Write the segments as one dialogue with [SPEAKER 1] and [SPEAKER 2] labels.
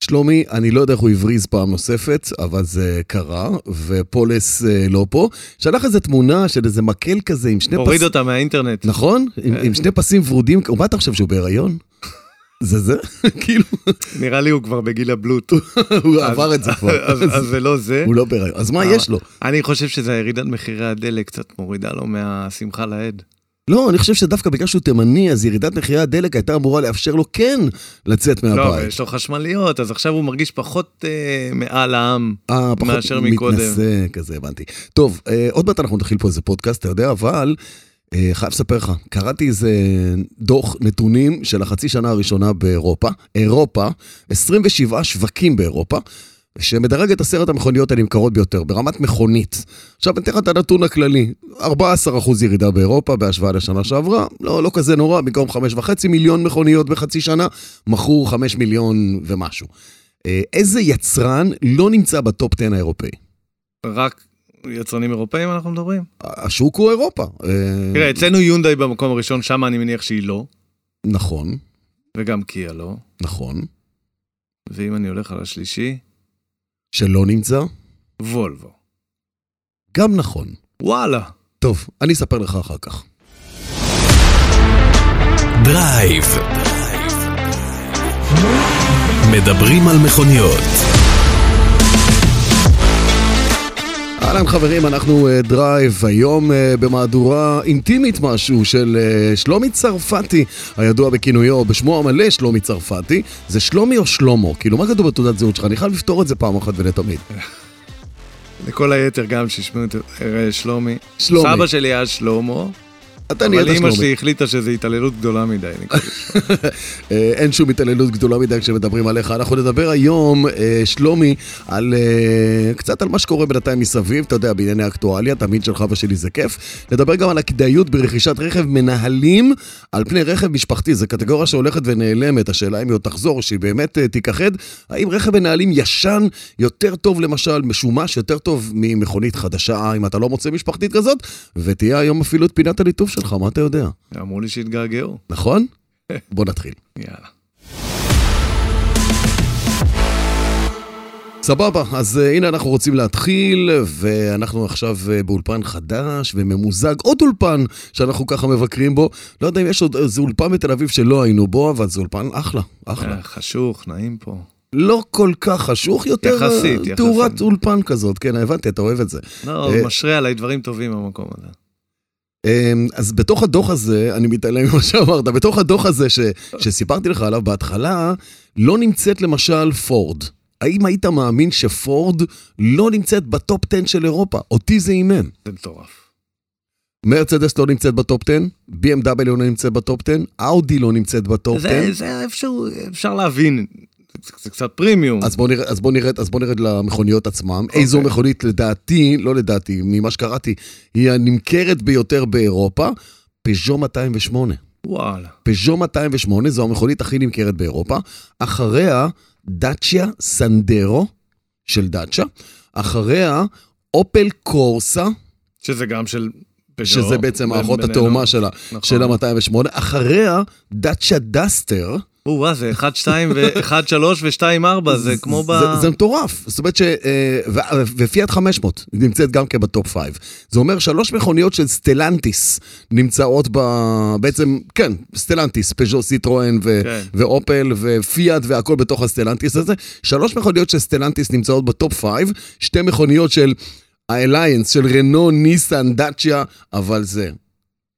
[SPEAKER 1] שלומי, אני לא יודע איך הוא הבריז פעם נוספת, אבל זה קרה, ופולס אה, לא פה. שלח איזה תמונה של איזה מקל כזה עם שני
[SPEAKER 2] הוריד
[SPEAKER 1] פסים,
[SPEAKER 2] אותה מהאינטרנט.
[SPEAKER 1] נכון? עם, עם שני פסים ורודים, מה אתה חושב שהוא בהיריון? זה זה? כאילו,
[SPEAKER 2] נראה לי הוא כבר בגיל הבלוט.
[SPEAKER 1] הוא עבר את זה כבר.
[SPEAKER 2] אז אז אה. זה לא זה.
[SPEAKER 1] הוא לא בהיריון, אז מה
[SPEAKER 2] אבל-
[SPEAKER 1] יש לו?
[SPEAKER 2] אני חושב שזה הירידת מחירי הדלק קצת מורידה לו מהשמחה לעד.
[SPEAKER 1] לא, אני חושב שדווקא בגלל שהוא תימני, אז ירידת מחירי הדלק הייתה אמורה לאפשר לו כן לצאת
[SPEAKER 2] לא,
[SPEAKER 1] מהבית.
[SPEAKER 2] אבל יש לו חשמליות, אז עכשיו הוא מרגיש פחות אה, מעל העם.
[SPEAKER 1] אה, פחות
[SPEAKER 2] מאשר מקודם.
[SPEAKER 1] מתנשא כזה, הבנתי. טוב, אה, עוד מעט אנחנו נתחיל פה איזה פודקאסט, אתה יודע, אבל אה, חייב לספר לך, קראתי איזה דוח נתונים של החצי שנה הראשונה באירופה. אירופה, 27 שווקים באירופה. שמדרג את עשרת המכוניות הנמכרות ביותר, ברמת מכונית. עכשיו, אני אתן לך את הנתון הכללי, 14% ירידה באירופה בהשוואה לשנה שעברה, לא, לא כזה נורא, במקום 5.5 מיליון מכוניות בחצי שנה, מכרו 5 מיליון ומשהו. אה, איזה יצרן לא נמצא בטופ 10 האירופאי?
[SPEAKER 2] רק יצרנים אירופאים אנחנו מדברים?
[SPEAKER 1] כן. השוק הוא אירופה. אה,
[SPEAKER 2] תראה, אצלנו יונדאי במקום הראשון, שם אני מניח שהיא לא,
[SPEAKER 1] נכון,
[SPEAKER 2] וגם קיה לא.
[SPEAKER 1] נכון.
[SPEAKER 2] ואם אני הולך על השלישי,
[SPEAKER 1] שלא נמצא?
[SPEAKER 2] וולבו.
[SPEAKER 1] גם נכון.
[SPEAKER 2] וואלה.
[SPEAKER 1] טוב, אני אספר לך אחר כך.
[SPEAKER 3] דרייב. מדברים על מכוניות.
[SPEAKER 1] אהלן חברים, אנחנו אה, דרייב היום אה, במהדורה אינטימית משהו של אה, שלומי צרפתי, הידוע בכינויו, בשמו המלא שלומי צרפתי. זה שלומי או שלומו? כאילו, מה כתוב בתעודת זהות שלך? אני חייב לפתור את זה פעם אחת ולתמיד.
[SPEAKER 2] לכל היתר גם שישמעו את אה, שלומי.
[SPEAKER 1] שלומי.
[SPEAKER 2] סבא שלי היה שלומו,
[SPEAKER 1] אתה נהיית
[SPEAKER 2] אבל אימא
[SPEAKER 1] שלומי.
[SPEAKER 2] שלי החליטה שזו התעללות גדולה מדי. אני חושב.
[SPEAKER 1] אה, אין שום התעללות גדולה מדי כשמדברים עליך. אנחנו נדבר היום, אה, שלומי, על אה, קצת על מה שקורה בינתיים מסביב, אתה יודע, בענייני אקטואליה, תמיד שלך ושלי זה כיף. נדבר גם על הכדאיות ברכישת רכב מנהלים על פני רכב משפחתי, זו קטגוריה שהולכת ונעלמת, השאלה אם היא עוד תחזור, שהיא באמת אה, תיכחד. האם רכב מנהלים ישן יותר טוב למשל, משומש יותר טוב ממכונית חדשה, אם אתה לא מוצא משפחתית כזאת, ותהיה היום אפילו את פינת הליטוף שלך, מה אתה יודע,
[SPEAKER 2] אמרו לי שהתגעגעו.
[SPEAKER 1] נכון? בוא נתחיל.
[SPEAKER 2] יאללה.
[SPEAKER 1] סבבה, אז אה, הנה אנחנו רוצים להתחיל, ואנחנו עכשיו אה, באולפן חדש וממוזג, עוד אולפן שאנחנו ככה מבקרים בו. לא יודע אם יש עוד איזה אולפן בתל אביב שלא היינו בו, אבל זה אולפן אחלה, אחלה.
[SPEAKER 2] אה, חשוך, נעים פה.
[SPEAKER 1] לא כל כך חשוך יותר, אה,
[SPEAKER 2] יחסית, יחסית.
[SPEAKER 1] תאורת אולפן כזאת, כן, הבנתי, אתה אוהב את זה.
[SPEAKER 2] לא,
[SPEAKER 1] אה,
[SPEAKER 2] משרה עליי דברים טובים במקום הזה.
[SPEAKER 1] אמ, אז בתוך הדוח הזה, אני מתעלם ממה שאמרת, בתוך הדוח הזה ש, שסיפרתי לך עליו בהתחלה, לא נמצאת למשל פורד. האם היית מאמין שפורד לא נמצאת בטופ 10 של אירופה? אותי זה הימם.
[SPEAKER 2] זה מטורף.
[SPEAKER 1] מרצדס לא נמצאת בטופ 10, BMW לא נמצאת בטופ 10, אאודי לא נמצאת בטופ 10.
[SPEAKER 2] זה- זה אפשר- אפשר להבין. זה- זה קצת פרימיום.
[SPEAKER 1] אז בוא נרד, אז בוא נרד, אז בוא נרד למכוניות עצמם.
[SPEAKER 2] אוקיי.
[SPEAKER 1] Okay. איזו מכונית לדעתי, לא לדעתי, ממה שקראתי, היא הנמכרת ביותר באירופה, פז'ו 208.
[SPEAKER 2] וואלה.
[SPEAKER 1] פז'ו 208 זו המכונית הכי נמכרת באירופה, אחריה דאצ'יה סנדרו של דאצ'ה, אחריה אופל קורסה,
[SPEAKER 2] שזה גם של... פז'ו.
[SPEAKER 1] שזה בעצם האחות
[SPEAKER 2] בינינו.
[SPEAKER 1] התאומה שלה,
[SPEAKER 2] נכון.
[SPEAKER 1] של ה-208, אחריה דאצ'ה דסטר.
[SPEAKER 2] או-אה, אה, זה 1, 2 ו-1, 3 ו-2, 4, זה כמו ב...
[SPEAKER 1] זה, זה מטורף, זאת אומרת ש... אה, ו- ופיאט 500 נמצאת גם כן בטופ 5. זה אומר שלוש מכוניות של סטלנטיס נמצאות ב... בעצם, כן, סטלנטיס, פז'ו, סיטרואן ו-
[SPEAKER 2] כן.
[SPEAKER 1] ואופל ופיאט והכל בתוך הסטלנטיס הזה. שלוש מכוניות של סטלנטיס נמצאות בטופ 5, שתי מכוניות של האליינס, של רנו, ניסן, דאצ'יה, אבל זה.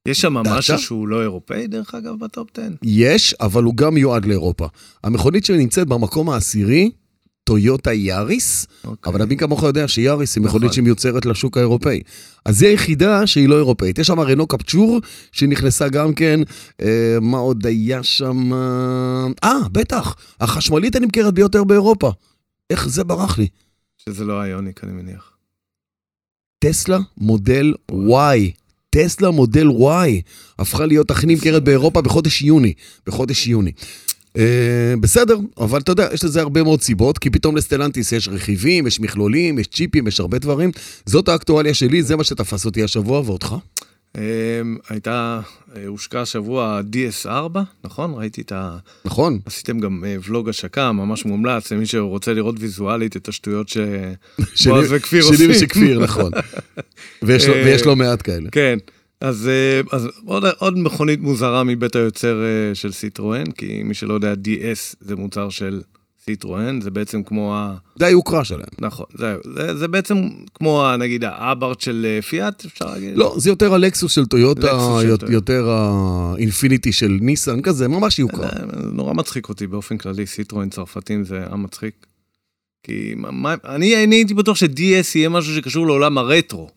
[SPEAKER 2] יש שם
[SPEAKER 1] דעת
[SPEAKER 2] משהו
[SPEAKER 1] שם?
[SPEAKER 2] שהוא לא אירופאי, דרך אגב, בטופ 10?
[SPEAKER 1] יש, אבל הוא גם מיועד לאירופה. המכונית שנמצאת במקום העשירי, טויוטה יאריס,
[SPEAKER 2] אוקיי.
[SPEAKER 1] אבל מי כמוך יודע שיאריס היא מכונית
[SPEAKER 2] נכון.
[SPEAKER 1] שמיוצרת לשוק האירופאי. אז היא היחידה שהיא לא אירופאית. יש שם רנו קפצ'ור, שנכנסה גם כן, אה, מה עוד היה שם? אה, בטח, החשמלית הנמכרת ביותר באירופה. איך זה ברח לי?
[SPEAKER 2] שזה לא איוניק, אני מניח.
[SPEAKER 1] טסלה מודל Y. טסלה מודל Y הפכה להיות הכי נמכרת באירופה בחודש יוני. בחודש יוני. Uh, בסדר, אבל אתה יודע, יש לזה הרבה מאוד סיבות, כי פתאום לסטלנטיס יש רכיבים, יש מכלולים, יש צ'יפים, יש הרבה דברים. זאת האקטואליה שלי, זה מה שתפס אותי השבוע ואותך.
[SPEAKER 2] אמ, הייתה, אה, הושקע השבוע DS4, נכון? ראיתי את ה...
[SPEAKER 1] נכון?
[SPEAKER 2] עשיתם גם אה, ולוג השקה, ממש מומלץ למי שרוצה לראות ויזואלית את השטויות ש...
[SPEAKER 1] שני-
[SPEAKER 2] בועז וכפיר
[SPEAKER 1] שני
[SPEAKER 2] עושים.
[SPEAKER 1] ושכפיר, נכון. ויש לו-
[SPEAKER 2] אה,
[SPEAKER 1] ויש לא מעט כאלה.
[SPEAKER 2] כן. אז, אה, אז עוד, עוד מכונית מוזרה מבית היוצר אה, של סיטרואן, כי מי שלא יודע, DS זה מוצר של סיטרואן, זה בעצם כמו ה...
[SPEAKER 1] זה היוקרה שלהם.
[SPEAKER 2] נכון, זהו, זה, זה בעצם כמו ה- נגיד האברט של אה, פיאט, אפשר להגיד?
[SPEAKER 1] לא, זה יותר הלקסוס של טויוטה,
[SPEAKER 2] לקסוס של
[SPEAKER 1] יות-
[SPEAKER 2] טויוטה.
[SPEAKER 1] יותר האינפיניטי של ניסן, כזה, ממש יוקרה.
[SPEAKER 2] זה זה נורא מצחיק אותי באופן כללי, סיטרואן צרפתים זה עם מצחיק. כי מה, מה, אני, אני הייתי בטוח ש-DS יהיה משהו שקשור לעולם הרטרו.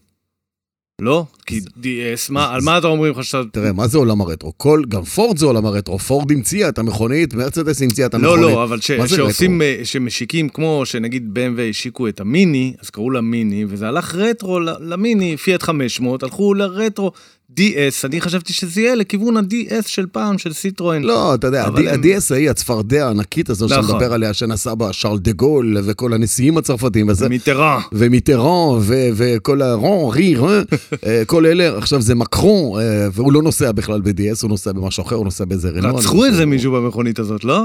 [SPEAKER 2] לא? כי DS, מה, על מה אתה אומרים לך שאתה...
[SPEAKER 1] תראה, מה זה עולם הרטרו? כל, גם פורד זה עולם הרטרו. פורד המציאה את המכונית, מרצדס המציאה את המכונית.
[SPEAKER 2] לא, לא, אבל ש-
[SPEAKER 1] מה זה
[SPEAKER 2] שעושים, אה, שמשיקים כמו שנגיד BMW השיקו את המיני, אז קראו לה מיני, וזה הלך רטרו ל- למיני, פיאט 500, הלכו לרטרו DS, אני חשבתי שזה יהיה לכיוון ה-DS של פעם, של סיטרואן.
[SPEAKER 1] לא, אתה יודע,
[SPEAKER 2] אבל
[SPEAKER 1] ה-
[SPEAKER 2] הם-
[SPEAKER 1] ה-DS ההיא, הצפרדע הענקית הזו שאתה
[SPEAKER 2] נכון.
[SPEAKER 1] מדבר עליה, שנסע בה שרל דה גול וכל הנשיאים הצרפתים וזה,
[SPEAKER 2] מיטרה.
[SPEAKER 1] ומיטרן ו- וכל הרון, רי, רן, אה, כל אלה, עכשיו זה מקרון, אה, והוא לא נוסע בכלל ב-DS, הוא נוסע במשהו אחר, הוא נוסע באיזה לא רנון.
[SPEAKER 2] רצחו איזה מישהו במכונית הזאת, לא?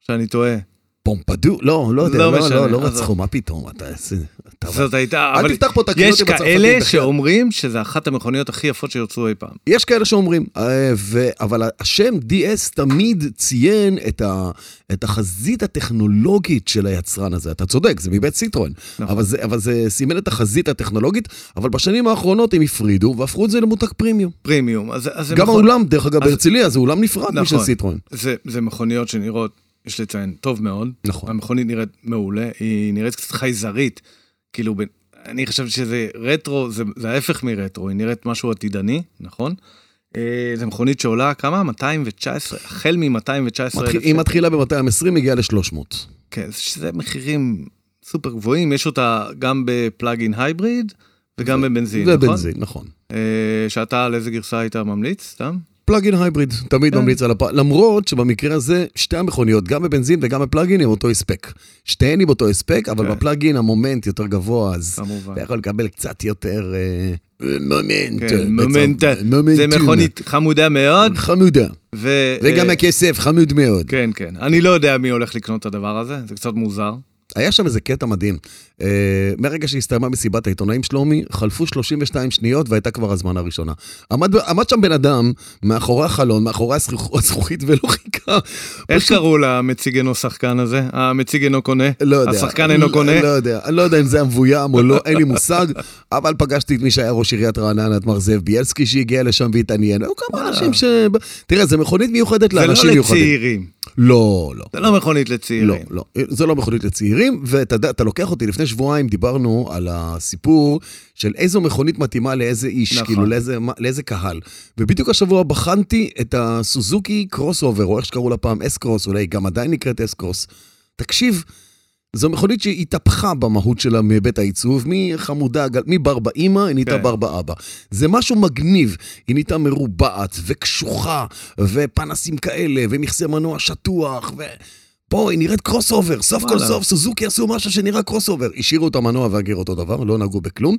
[SPEAKER 2] שאני טועה.
[SPEAKER 1] פומפדו, לא, לא יודע,
[SPEAKER 2] לא
[SPEAKER 1] לא,
[SPEAKER 2] משנה,
[SPEAKER 1] לא, לא
[SPEAKER 2] אז-
[SPEAKER 1] רצחו, מה פתאום, אתה... אתה-
[SPEAKER 2] זאת הייתה,
[SPEAKER 1] אל
[SPEAKER 2] אבל
[SPEAKER 1] תפתח פה את הקריאות
[SPEAKER 2] יש
[SPEAKER 1] עם הצרפתים
[SPEAKER 2] כאלה
[SPEAKER 1] בכלל.
[SPEAKER 2] שאומרים שזה אחת המכוניות הכי יפות שיוצרו אי פעם.
[SPEAKER 1] יש כאלה שאומרים, אה, ו- אבל השם DS תמיד ציין את, ה, את החזית הטכנולוגית של היצרן הזה. אתה צודק, זה מבית סיטרון,
[SPEAKER 2] נכון.
[SPEAKER 1] אבל, זה, אבל זה סימן את החזית הטכנולוגית, אבל בשנים האחרונות הם הפרידו והפכו את זה למותג פרימיום.
[SPEAKER 2] פרימיום. אז, אז זה
[SPEAKER 1] גם
[SPEAKER 2] מכון-
[SPEAKER 1] האולם, דרך אגב,
[SPEAKER 2] אז-
[SPEAKER 1] בהרצליה זה אולם נפרד משל
[SPEAKER 2] נכון.
[SPEAKER 1] סיטרון.
[SPEAKER 2] זה, זה מכוניות שנראות, יש לציין, טוב מאוד.
[SPEAKER 1] נכון.
[SPEAKER 2] המכונית נראית מעולה, היא נראית קצת חייזרית. כאילו, ב... אני חשבתי שזה רטרו, זה, זה ההפך מרטרו, היא נראית משהו עתידני, נכון? אה, זו מכונית שעולה כמה? 219, החל מ-219
[SPEAKER 1] מתחיל- היא מתחילה ב-220, מגיעה ל-300.
[SPEAKER 2] כן, זה- שזה מחירים סופר גבוהים, יש אותה גם בפלאגין הייבריד וגם בבנזין,
[SPEAKER 1] זה
[SPEAKER 2] נכון?
[SPEAKER 1] בנזין, נכון.
[SPEAKER 2] אה, שאתה על איזה גרסה היית ממליץ, סתם?
[SPEAKER 1] פלאגין הייבריד, תמיד
[SPEAKER 2] כן.
[SPEAKER 1] ממליץ על הפ... למרות שבמקרה הזה, שתי המכוניות, גם בבנזין וגם בפלאגין, הם אותו הספק. שתיהן עם אותו הספק, אבל
[SPEAKER 2] כן.
[SPEAKER 1] בפלאגין המומנט יותר גבוה, אז
[SPEAKER 2] כמובן.
[SPEAKER 1] אתה יכול לקבל קצת יותר אה, אה, מומנט.
[SPEAKER 2] כן,
[SPEAKER 1] אה,
[SPEAKER 2] מומנט,
[SPEAKER 1] בצד- מומנטום.
[SPEAKER 2] זה מכונית חמודה מאוד,
[SPEAKER 1] חמודה.
[SPEAKER 2] ו...
[SPEAKER 1] וגם
[SPEAKER 2] אה,
[SPEAKER 1] הכסף חמוד מאוד.
[SPEAKER 2] כן, כן. אני לא יודע מי הולך לקנות את הדבר הזה, זה קצת מוזר.
[SPEAKER 1] היה שם איזה קטע מדהים. אה, מהרגע שהסתיימה מסיבת העיתונאים שלומי, חלפו 32 שניות והייתה כבר הזמנה הראשונה. עמד, עמד שם בן אדם מאחורי החלון, מאחורי הזכוכ- הזכוכית ולא חיכה.
[SPEAKER 2] איך
[SPEAKER 1] פשוט-
[SPEAKER 2] קראו למציג אינו שחקן הזה? המציג אינו קונה?
[SPEAKER 1] לא יודע.
[SPEAKER 2] השחקן אינו
[SPEAKER 1] לא-
[SPEAKER 2] קונה?
[SPEAKER 1] לא יודע, אני לא יודע אם זה המבוים או לא, אין לי מושג, אבל פגשתי את מי שהיה ראש עיריית רעננה, את מר זאב בילסקי שהגיע לשם והתעניין. היו כמה אנשים ש... תראה, זו מכונית מיוחדת
[SPEAKER 2] אה. זה
[SPEAKER 1] לאנשים
[SPEAKER 2] לא
[SPEAKER 1] מיוחדים.
[SPEAKER 2] לצעירים.
[SPEAKER 1] לא, לא.
[SPEAKER 2] זה לא מכונית
[SPEAKER 1] לא,
[SPEAKER 2] לצעירים.
[SPEAKER 1] לא, זו לא מכונית לצעירים, ואתה יודע, אתה לוקח אותי, לפני שבועיים דיברנו על הסיפור של איזו מכונית מתאימה לאיזה איש,
[SPEAKER 2] נכון.
[SPEAKER 1] כאילו לאיזה, מה- לאיזה קהל. ובדיוק השבוע בחנתי את הסוזוקי קרוס אובר, או איך שקראו לה פעם, אס קרוס, אולי גם עדיין נקראת אס קרוס. תקשיב, זו מכונית שהתהפכה במהות שלה מבית העיצוב, מחמודה, גל- מבר באימא, היא נהייתה
[SPEAKER 2] כן.
[SPEAKER 1] בר באבא. זה משהו מגניב, היא נהייתה מרובעת וקשוחה, ופנסים כאלה, ומכסה מנוע שטוח, ו... פה היא נראית קרוס אובר, סוף כל
[SPEAKER 2] וואלה.
[SPEAKER 1] סוף סוזוקי עשו משהו שנראה קרוס אובר. השאירו את המנוע והגר אותו דבר, לא נגעו בכלום.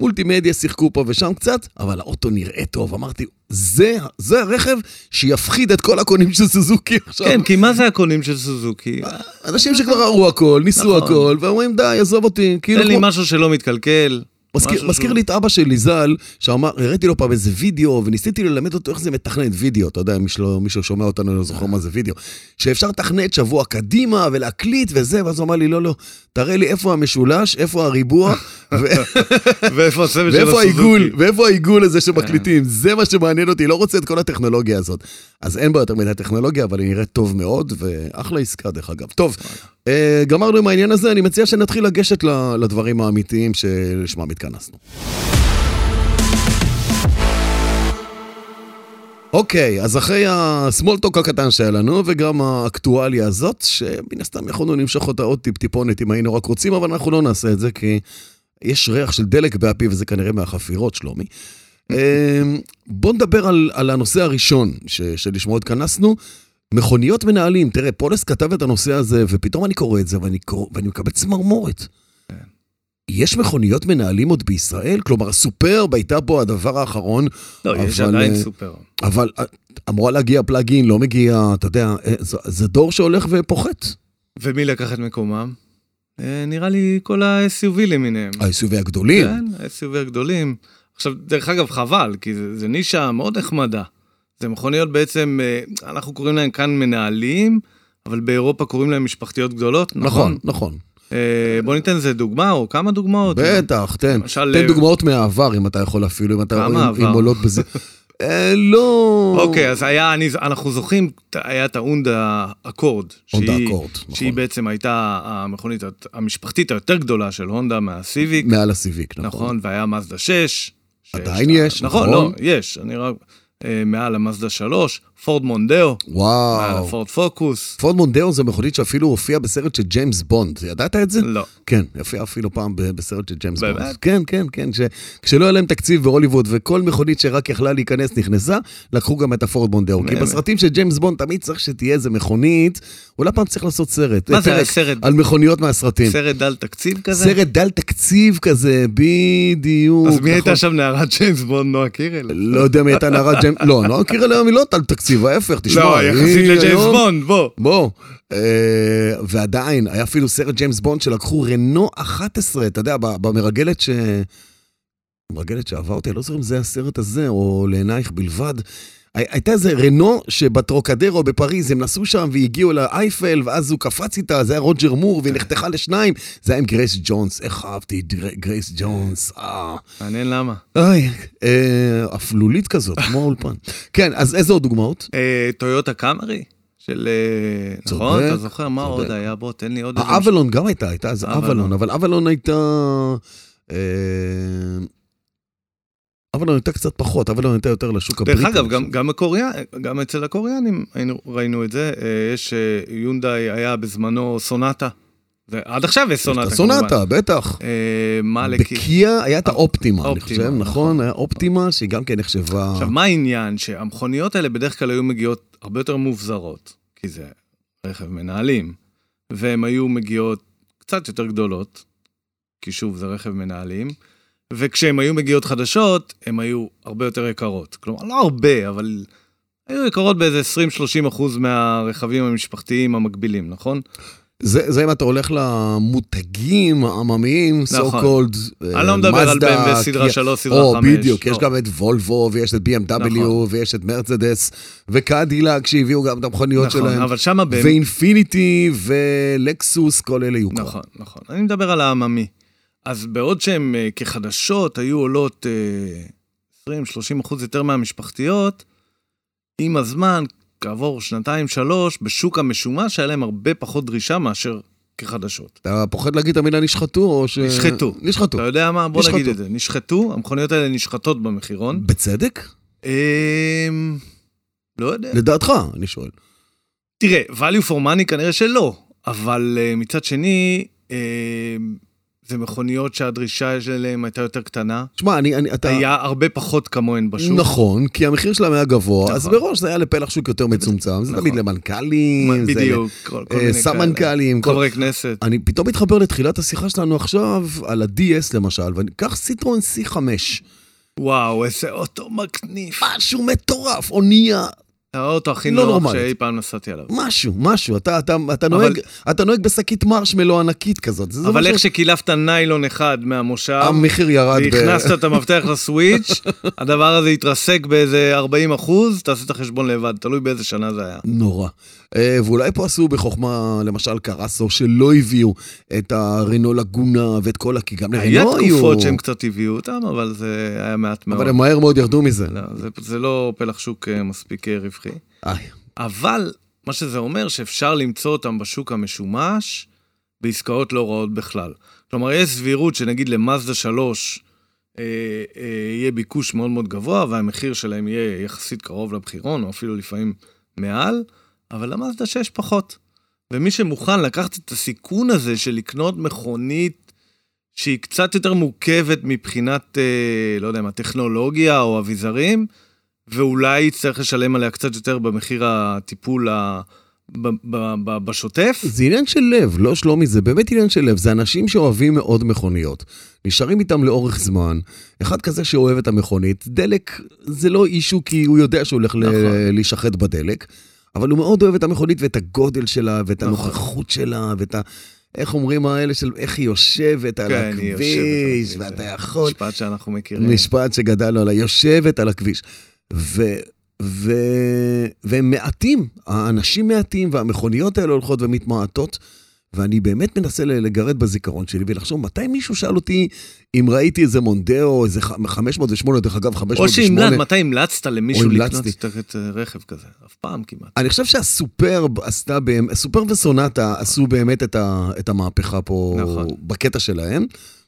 [SPEAKER 1] מולטימדיה שיחקו פה ושם קצת, אבל האוטו נראה טוב. אמרתי, זה, זה הרכב שיפחיד את כל הקונים של סוזוקי עכשיו.
[SPEAKER 2] כן, כי מה זה הקונים של סוזוקי?
[SPEAKER 1] אה, אנשים שכבר ראו הכל, ניסו
[SPEAKER 2] נכון.
[SPEAKER 1] הכל, ואומרים די, עזוב אותי. כאילו
[SPEAKER 2] תן לי
[SPEAKER 1] כמו-
[SPEAKER 2] משהו שלא מתקלקל.
[SPEAKER 1] מזכיר,
[SPEAKER 2] משהו
[SPEAKER 1] מזכיר
[SPEAKER 2] שהוא-
[SPEAKER 1] לי את אבא שלי ז"ל, שאמר, הראיתי לו פעם איזה וידאו, וניסיתי ללמד אותו איך זה מתכנת וידאו, אתה יודע, מי שלא- מי ששומע אותנו לא
[SPEAKER 2] אה.
[SPEAKER 1] זוכר מה זה וידאו, שאפשר לתכנת שבוע קדימה ולהקליט וזה, ואז הוא אמר לי, לא, לא, תראה לי איפה המשולש, איפה הריבוע, ו-
[SPEAKER 2] ואיפה הסבל של
[SPEAKER 1] ואיפה
[SPEAKER 2] הסוזוקי?
[SPEAKER 1] העיגול, ואיפה העיגול הזה שמקליטים, זה מה שמעניין אותי, לא רוצה את כל הטכנולוגיה הזאת. אז אין בה יותר מדי טכנולוגיה, אבל היא נראית טוב מאוד, ואחלה עסקה דרך אגב. טוב, אה, גמרנו עם העניין הזה, אני מציע שנתחיל לגשת ל- לדברים האמיתיים שלשמם התכנסנו. אוקיי, אז אחרי הסמולטוק הקטן שהיה לנו, וגם האקטואליה הזאת, שמן הסתם יכולנו למשוך אותה עוד טיפ-טיפונת אם היינו רק רוצים, אבל אנחנו לא נעשה את זה, כי יש ריח של דלק באפי, וזה כנראה מהחפירות, שלומי. אמ, בוא נדבר על, על הנושא הראשון ש, שלשמו התכנסנו. מכוניות מנהלים, תראה, פולס כתב את הנושא הזה, ופתאום אני קורא את זה, ואני, קורא, ואני מקבל צמרמורת. יש מכוניות מנהלים עוד בישראל? כלומר, הסופרב הייתה פה הדבר האחרון,
[SPEAKER 2] לא, יש
[SPEAKER 1] אבל,
[SPEAKER 2] עדיין
[SPEAKER 1] אה,
[SPEAKER 2] סופר.
[SPEAKER 1] אבל אה, אמורה להגיע פלאגין, לא מגיע, אתה יודע, אה, זה, זה דור שהולך ופוחת.
[SPEAKER 2] ומי לקח את מקומם? אה, נראה לי כל ה-SUV למיניהם.
[SPEAKER 1] ה-SUV הגדולים.
[SPEAKER 2] כן, ה-SUV הגדולים. עכשיו, דרך אגב, חבל, כי זה, זה נישה מאוד נחמדה. זה מכוניות בעצם, אה, אנחנו קוראים להם כאן מנהלים, אבל באירופה קוראים להם משפחתיות גדולות, נכון?
[SPEAKER 1] נכון, נכון.
[SPEAKER 2] אה, בוא ניתן איזה דוגמה או כמה דוגמאות.
[SPEAKER 1] בטח, תן.
[SPEAKER 2] למשל,
[SPEAKER 1] תן
[SPEAKER 2] אה,
[SPEAKER 1] דוגמאות מהעבר, אם אתה יכול אפילו, אם אתה...
[SPEAKER 2] כמה
[SPEAKER 1] אם-
[SPEAKER 2] עבר?
[SPEAKER 1] אם עולות בזה. אה, לא...
[SPEAKER 2] אוקיי, אז היה, אני, אנחנו זוכרים, היה את ההונדה אקורד.
[SPEAKER 1] הונדה
[SPEAKER 2] שהיא-
[SPEAKER 1] אקורד, נכון.
[SPEAKER 2] שהיא בעצם הייתה המכונית המשפחתית היותר גדולה של הונדה מהסיביק,
[SPEAKER 1] מעל הסיביק, נכון.
[SPEAKER 2] נכון, והיה מזדה 6.
[SPEAKER 1] עדיין
[SPEAKER 2] שיש-
[SPEAKER 1] יש,
[SPEAKER 2] נכון,
[SPEAKER 1] נכון.
[SPEAKER 2] לא, יש, אני רק... אה, מעל המזדה 3, פורד מונדאו, מעל
[SPEAKER 1] וואו.
[SPEAKER 2] הפורד פוקוס.
[SPEAKER 1] פורד מונדאו זה מכונית שאפילו הופיעה בסרט של ג'יימס בונד, ידעת את זה?
[SPEAKER 2] לא.
[SPEAKER 1] כן, הופיעה אפילו פעם ב- בסרט של ג'יימס
[SPEAKER 2] באמת?
[SPEAKER 1] בונד. כן, כן, כן, ש... כשלא היה להם תקציב בהוליווד וכל מכונית שרק יכלה להיכנס נכנסה, לקחו גם את הפורד מונדאו. כי
[SPEAKER 2] באמת?
[SPEAKER 1] בסרטים של ג'יימס בונד תמיד צריך שתהיה איזה מכונית, אולי פעם צריך לעשות סרט. אה,
[SPEAKER 2] מה זה
[SPEAKER 1] פרק
[SPEAKER 2] היה סרט?
[SPEAKER 1] על מכוניות מהסרטים.
[SPEAKER 2] סרט דל תקציב כזה?
[SPEAKER 1] סרט דל תקציב כזה, בדיוק.
[SPEAKER 2] אז מי
[SPEAKER 1] נכון.
[SPEAKER 2] הייתה שם נערת ג'יימס בונד? נועה קירל?
[SPEAKER 1] לא יודע מי הייתה נערת ג'יימס, לא, נועה קירל היום היא לא על תקציב, ההפך, תשמע.
[SPEAKER 2] לא, יחסית
[SPEAKER 1] היא
[SPEAKER 2] לג'יימס
[SPEAKER 1] היום-
[SPEAKER 2] בונד, בוא.
[SPEAKER 1] בוא, אה, ועדיין, היה אפילו סרט ג'יימס בונד שלקחו רנו 11, אתה יודע, ב- במרגלת ש... מרגלת שעבר אותי, אני לא זוכר אם זה הסרט הזה, או לעינייך בלבד. הי- הייתה איזה רנו שבטרוקדרו בפריז, הם נסעו שם והגיעו לאייפל, ואז הוא קפץ איתה, זה היה רוג'ר מור, והיא נחתכה לשניים. זה היה עם גרייס ג'ונס, איך אהבתי את גר- גרייס ג'ונס, אה.
[SPEAKER 2] מעניין למה.
[SPEAKER 1] אוי, אה, אפלולית כזאת, כמו האולפן. כן, אז איזה עוד דוגמאות?
[SPEAKER 2] אה, טויוטה קאמרי? של... אה,
[SPEAKER 1] צודק,
[SPEAKER 2] נכון? אתה זוכר מה
[SPEAKER 1] צודק.
[SPEAKER 2] עוד היה? בוא, תן לי עוד איזה... משהו.
[SPEAKER 1] האבלון גם הייתה, הייתה איזה
[SPEAKER 2] אבלון.
[SPEAKER 1] אבלון, אבל אבלון הייתה... אה, אבלון הייתה קצת פחות, אבלון הייתה יותר לשוק הבריטי.
[SPEAKER 2] דרך אגב,
[SPEAKER 1] אני
[SPEAKER 2] גם,
[SPEAKER 1] חושב.
[SPEAKER 2] גם, הקוריאנים, גם אצל הקוריאנים היינו, ראינו את זה. אה, יש אה, יונדאי, היה בזמנו סונטה. זה- עד עכשיו יש סונטה,
[SPEAKER 1] הייתה
[SPEAKER 2] כמובן.
[SPEAKER 1] סונטה, בטח.
[SPEAKER 2] אה, מה לקי...
[SPEAKER 1] בקיה היה את האופטימה, אני
[SPEAKER 2] אופטימה,
[SPEAKER 1] חושב, נכון?
[SPEAKER 2] נכון.
[SPEAKER 1] היה אופטימה שהיא גם כן נחשבה...
[SPEAKER 2] עכשיו, מה העניין? שהמכוניות האלה בדרך כלל היו מגיעות הרבה יותר מובזרות, כי זה רכב מנהלים, והן היו מגיעות קצת יותר גדולות, כי שוב, זה רכב מנהלים, וכשהן היו מגיעות חדשות, הן היו הרבה יותר יקרות. כלומר, לא הרבה, אבל היו יקרות באיזה 20-30 אחוז מהרכבים המשפחתיים המקבילים, נכון?
[SPEAKER 1] זה זה אם אתה הולך למותגים העממיים, so
[SPEAKER 2] נכון.
[SPEAKER 1] called,
[SPEAKER 2] אני לא מדבר על BMW סדרה 3, סדרה לא. 5.
[SPEAKER 1] אה, או, בדיוק, יש גם את וולבו, ויש את BMW,
[SPEAKER 2] נכון.
[SPEAKER 1] ויש את מרצדס, וקאדילק שהביאו גם את המכוניות
[SPEAKER 2] נכון,
[SPEAKER 1] שלהם.
[SPEAKER 2] אבל שמה באמת...
[SPEAKER 1] ואינפיניטי ולקסוס, כל אלה יוקרה.
[SPEAKER 2] נכון, נכון. אני מדבר על העממי. אז בעוד שהן אה, כחדשות היו עולות אה, 20-30 אחוז יותר מהמשפחתיות, עם הזמן, כעבור שנתיים-שלוש, בשוק המשומש היה להם הרבה פחות דרישה מאשר כחדשות.
[SPEAKER 1] אתה פוחד להגיד את המילה נשחטו או ש...
[SPEAKER 2] נשחטו.
[SPEAKER 1] נשחטו.
[SPEAKER 2] אתה יודע מה? בוא
[SPEAKER 1] נשחטו.
[SPEAKER 2] נגיד את זה. נשחטו, המכוניות האלה נשחטות במחירון.
[SPEAKER 1] בצדק?
[SPEAKER 2] אה, לא יודע.
[SPEAKER 1] לדעתך, אני שואל.
[SPEAKER 2] תראה, value for money כנראה שלא, אבל אה, מצד שני, אה, זה מכוניות שהדרישה שלהם הייתה יותר קטנה.
[SPEAKER 1] תשמע, אני... אני אתה...
[SPEAKER 2] היה הרבה פחות כמוהן בשוק.
[SPEAKER 1] נכון, כי המחיר שלהם היה גבוה, אז
[SPEAKER 2] נכון.
[SPEAKER 1] מראש זה היה לפלח שוק יותר מצומצם, זה
[SPEAKER 2] נכון.
[SPEAKER 1] תמיד למנכ"לים, נכון, זה
[SPEAKER 2] בדיוק, כל, כל
[SPEAKER 1] אה,
[SPEAKER 2] מיני כאלה.
[SPEAKER 1] סמנכ"לים, כל...
[SPEAKER 2] חברי כנסת.
[SPEAKER 1] אני פתאום מתחבר לתחילת השיחה שלנו עכשיו על ה-DS למשל, ואני קח סיטרון C5,
[SPEAKER 2] וואו, איזה אוטו מגניב.
[SPEAKER 1] משהו מטורף, אונייה,
[SPEAKER 2] האוטו הכי
[SPEAKER 1] לא
[SPEAKER 2] נוח
[SPEAKER 1] נורמלית.
[SPEAKER 2] שאי פעם נסעתי עליו.
[SPEAKER 1] משהו, משהו, אתה, אתה, אתה,
[SPEAKER 2] אבל-
[SPEAKER 1] נוהג, אתה נוהג בשקית מרשמלו ענקית כזאת. זה- זה
[SPEAKER 2] אבל
[SPEAKER 1] משהו-
[SPEAKER 2] איך שקילפת ניילון אחד מהמושב,
[SPEAKER 1] המחיר ירד ב...
[SPEAKER 2] והכנסת את המפתח לסוויץ', הדבר הזה התרסק באיזה 40 אחוז, תעשה את החשבון לבד, תלוי באיזה שנה זה היה.
[SPEAKER 1] נורא. אה, ואולי פה עשו בחוכמה, למשל קרסו, שלא הביאו את הרנו לגונה ואת כל ה... כי גם לרנו
[SPEAKER 2] היה
[SPEAKER 1] לא היו...
[SPEAKER 2] תקופות שהם קצת הביאו אותם, אבל זה היה מעט מאוד.
[SPEAKER 1] אבל הם מהר מאוד ירדו מזה.
[SPEAKER 2] לא, זה- זה לא פלח שוק אה, מספיק אה, רווחי.
[SPEAKER 1] איי,
[SPEAKER 2] אבל מה שזה אומר, שאפשר למצוא אותם בשוק המשומש בעסקאות לא רעות בכלל. כלומר, יש סבירות שנגיד למאזדה 3 אה, אה, יהיה ביקוש מאוד מאוד גבוה, והמחיר שלהם יהיה יחסית קרוב למחירון, או אפילו לפעמים מעל, אבל למאזדה 6 פחות. ומי שמוכן לקחת את הסיכון הזה של לקנות מכונית שהיא קצת יותר מורכבת מבחינת, אה, לא יודע מה, טכנולוגיה או אביזרים, ואולי יצטרך לשלם עליה קצת יותר במחיר הטיפול ה- ב- ב- ב- בשוטף,
[SPEAKER 1] זה עניין של לב, לא שלומי, זה באמת עניין של לב. זה אנשים שאוהבים מאוד מכוניות. נשארים איתם לאורך זמן. אחד כזה שאוהב את המכונית, דלק זה לא אישו כי הוא יודע שהוא הולך נכון.
[SPEAKER 2] נכון.
[SPEAKER 1] להישחט בדלק, אבל הוא מאוד אוהב את המכונית ואת הגודל שלה, ואת
[SPEAKER 2] נכון.
[SPEAKER 1] הנוכחות שלה, ואת ה... איך אומרים האלה של איך היא יושבת על
[SPEAKER 2] כן, היא יושבת על
[SPEAKER 1] הכביש,
[SPEAKER 2] הכביש,
[SPEAKER 1] ואתה
[SPEAKER 2] זה
[SPEAKER 1] יכול...
[SPEAKER 2] משפט שאנחנו מכירים.
[SPEAKER 1] משפט שגדלנו עליו, יושבת על הכביש. ו... ו... והם מעטים, האנשים מעטים והמכוניות האלה הולכות ומתמעטות, ואני באמת מנסה ל- לגרד בזיכרון שלי ולחשוב מתי מישהו שאל אותי אם ראיתי איזה מונדאו, איזה ח- 508, דרך אגב,
[SPEAKER 2] או
[SPEAKER 1] 508.
[SPEAKER 2] שהמלצת, מתי המלצת למישהו לקנות
[SPEAKER 1] המלצתי.
[SPEAKER 2] את רכב כזה? אף פעם כמעט.
[SPEAKER 1] אני חושב שהסופרב עשתה, בהם, הסופרב וסונטה עשו באמת את, ה, את המהפכה פה,
[SPEAKER 2] נכון.
[SPEAKER 1] בקטע שלהם.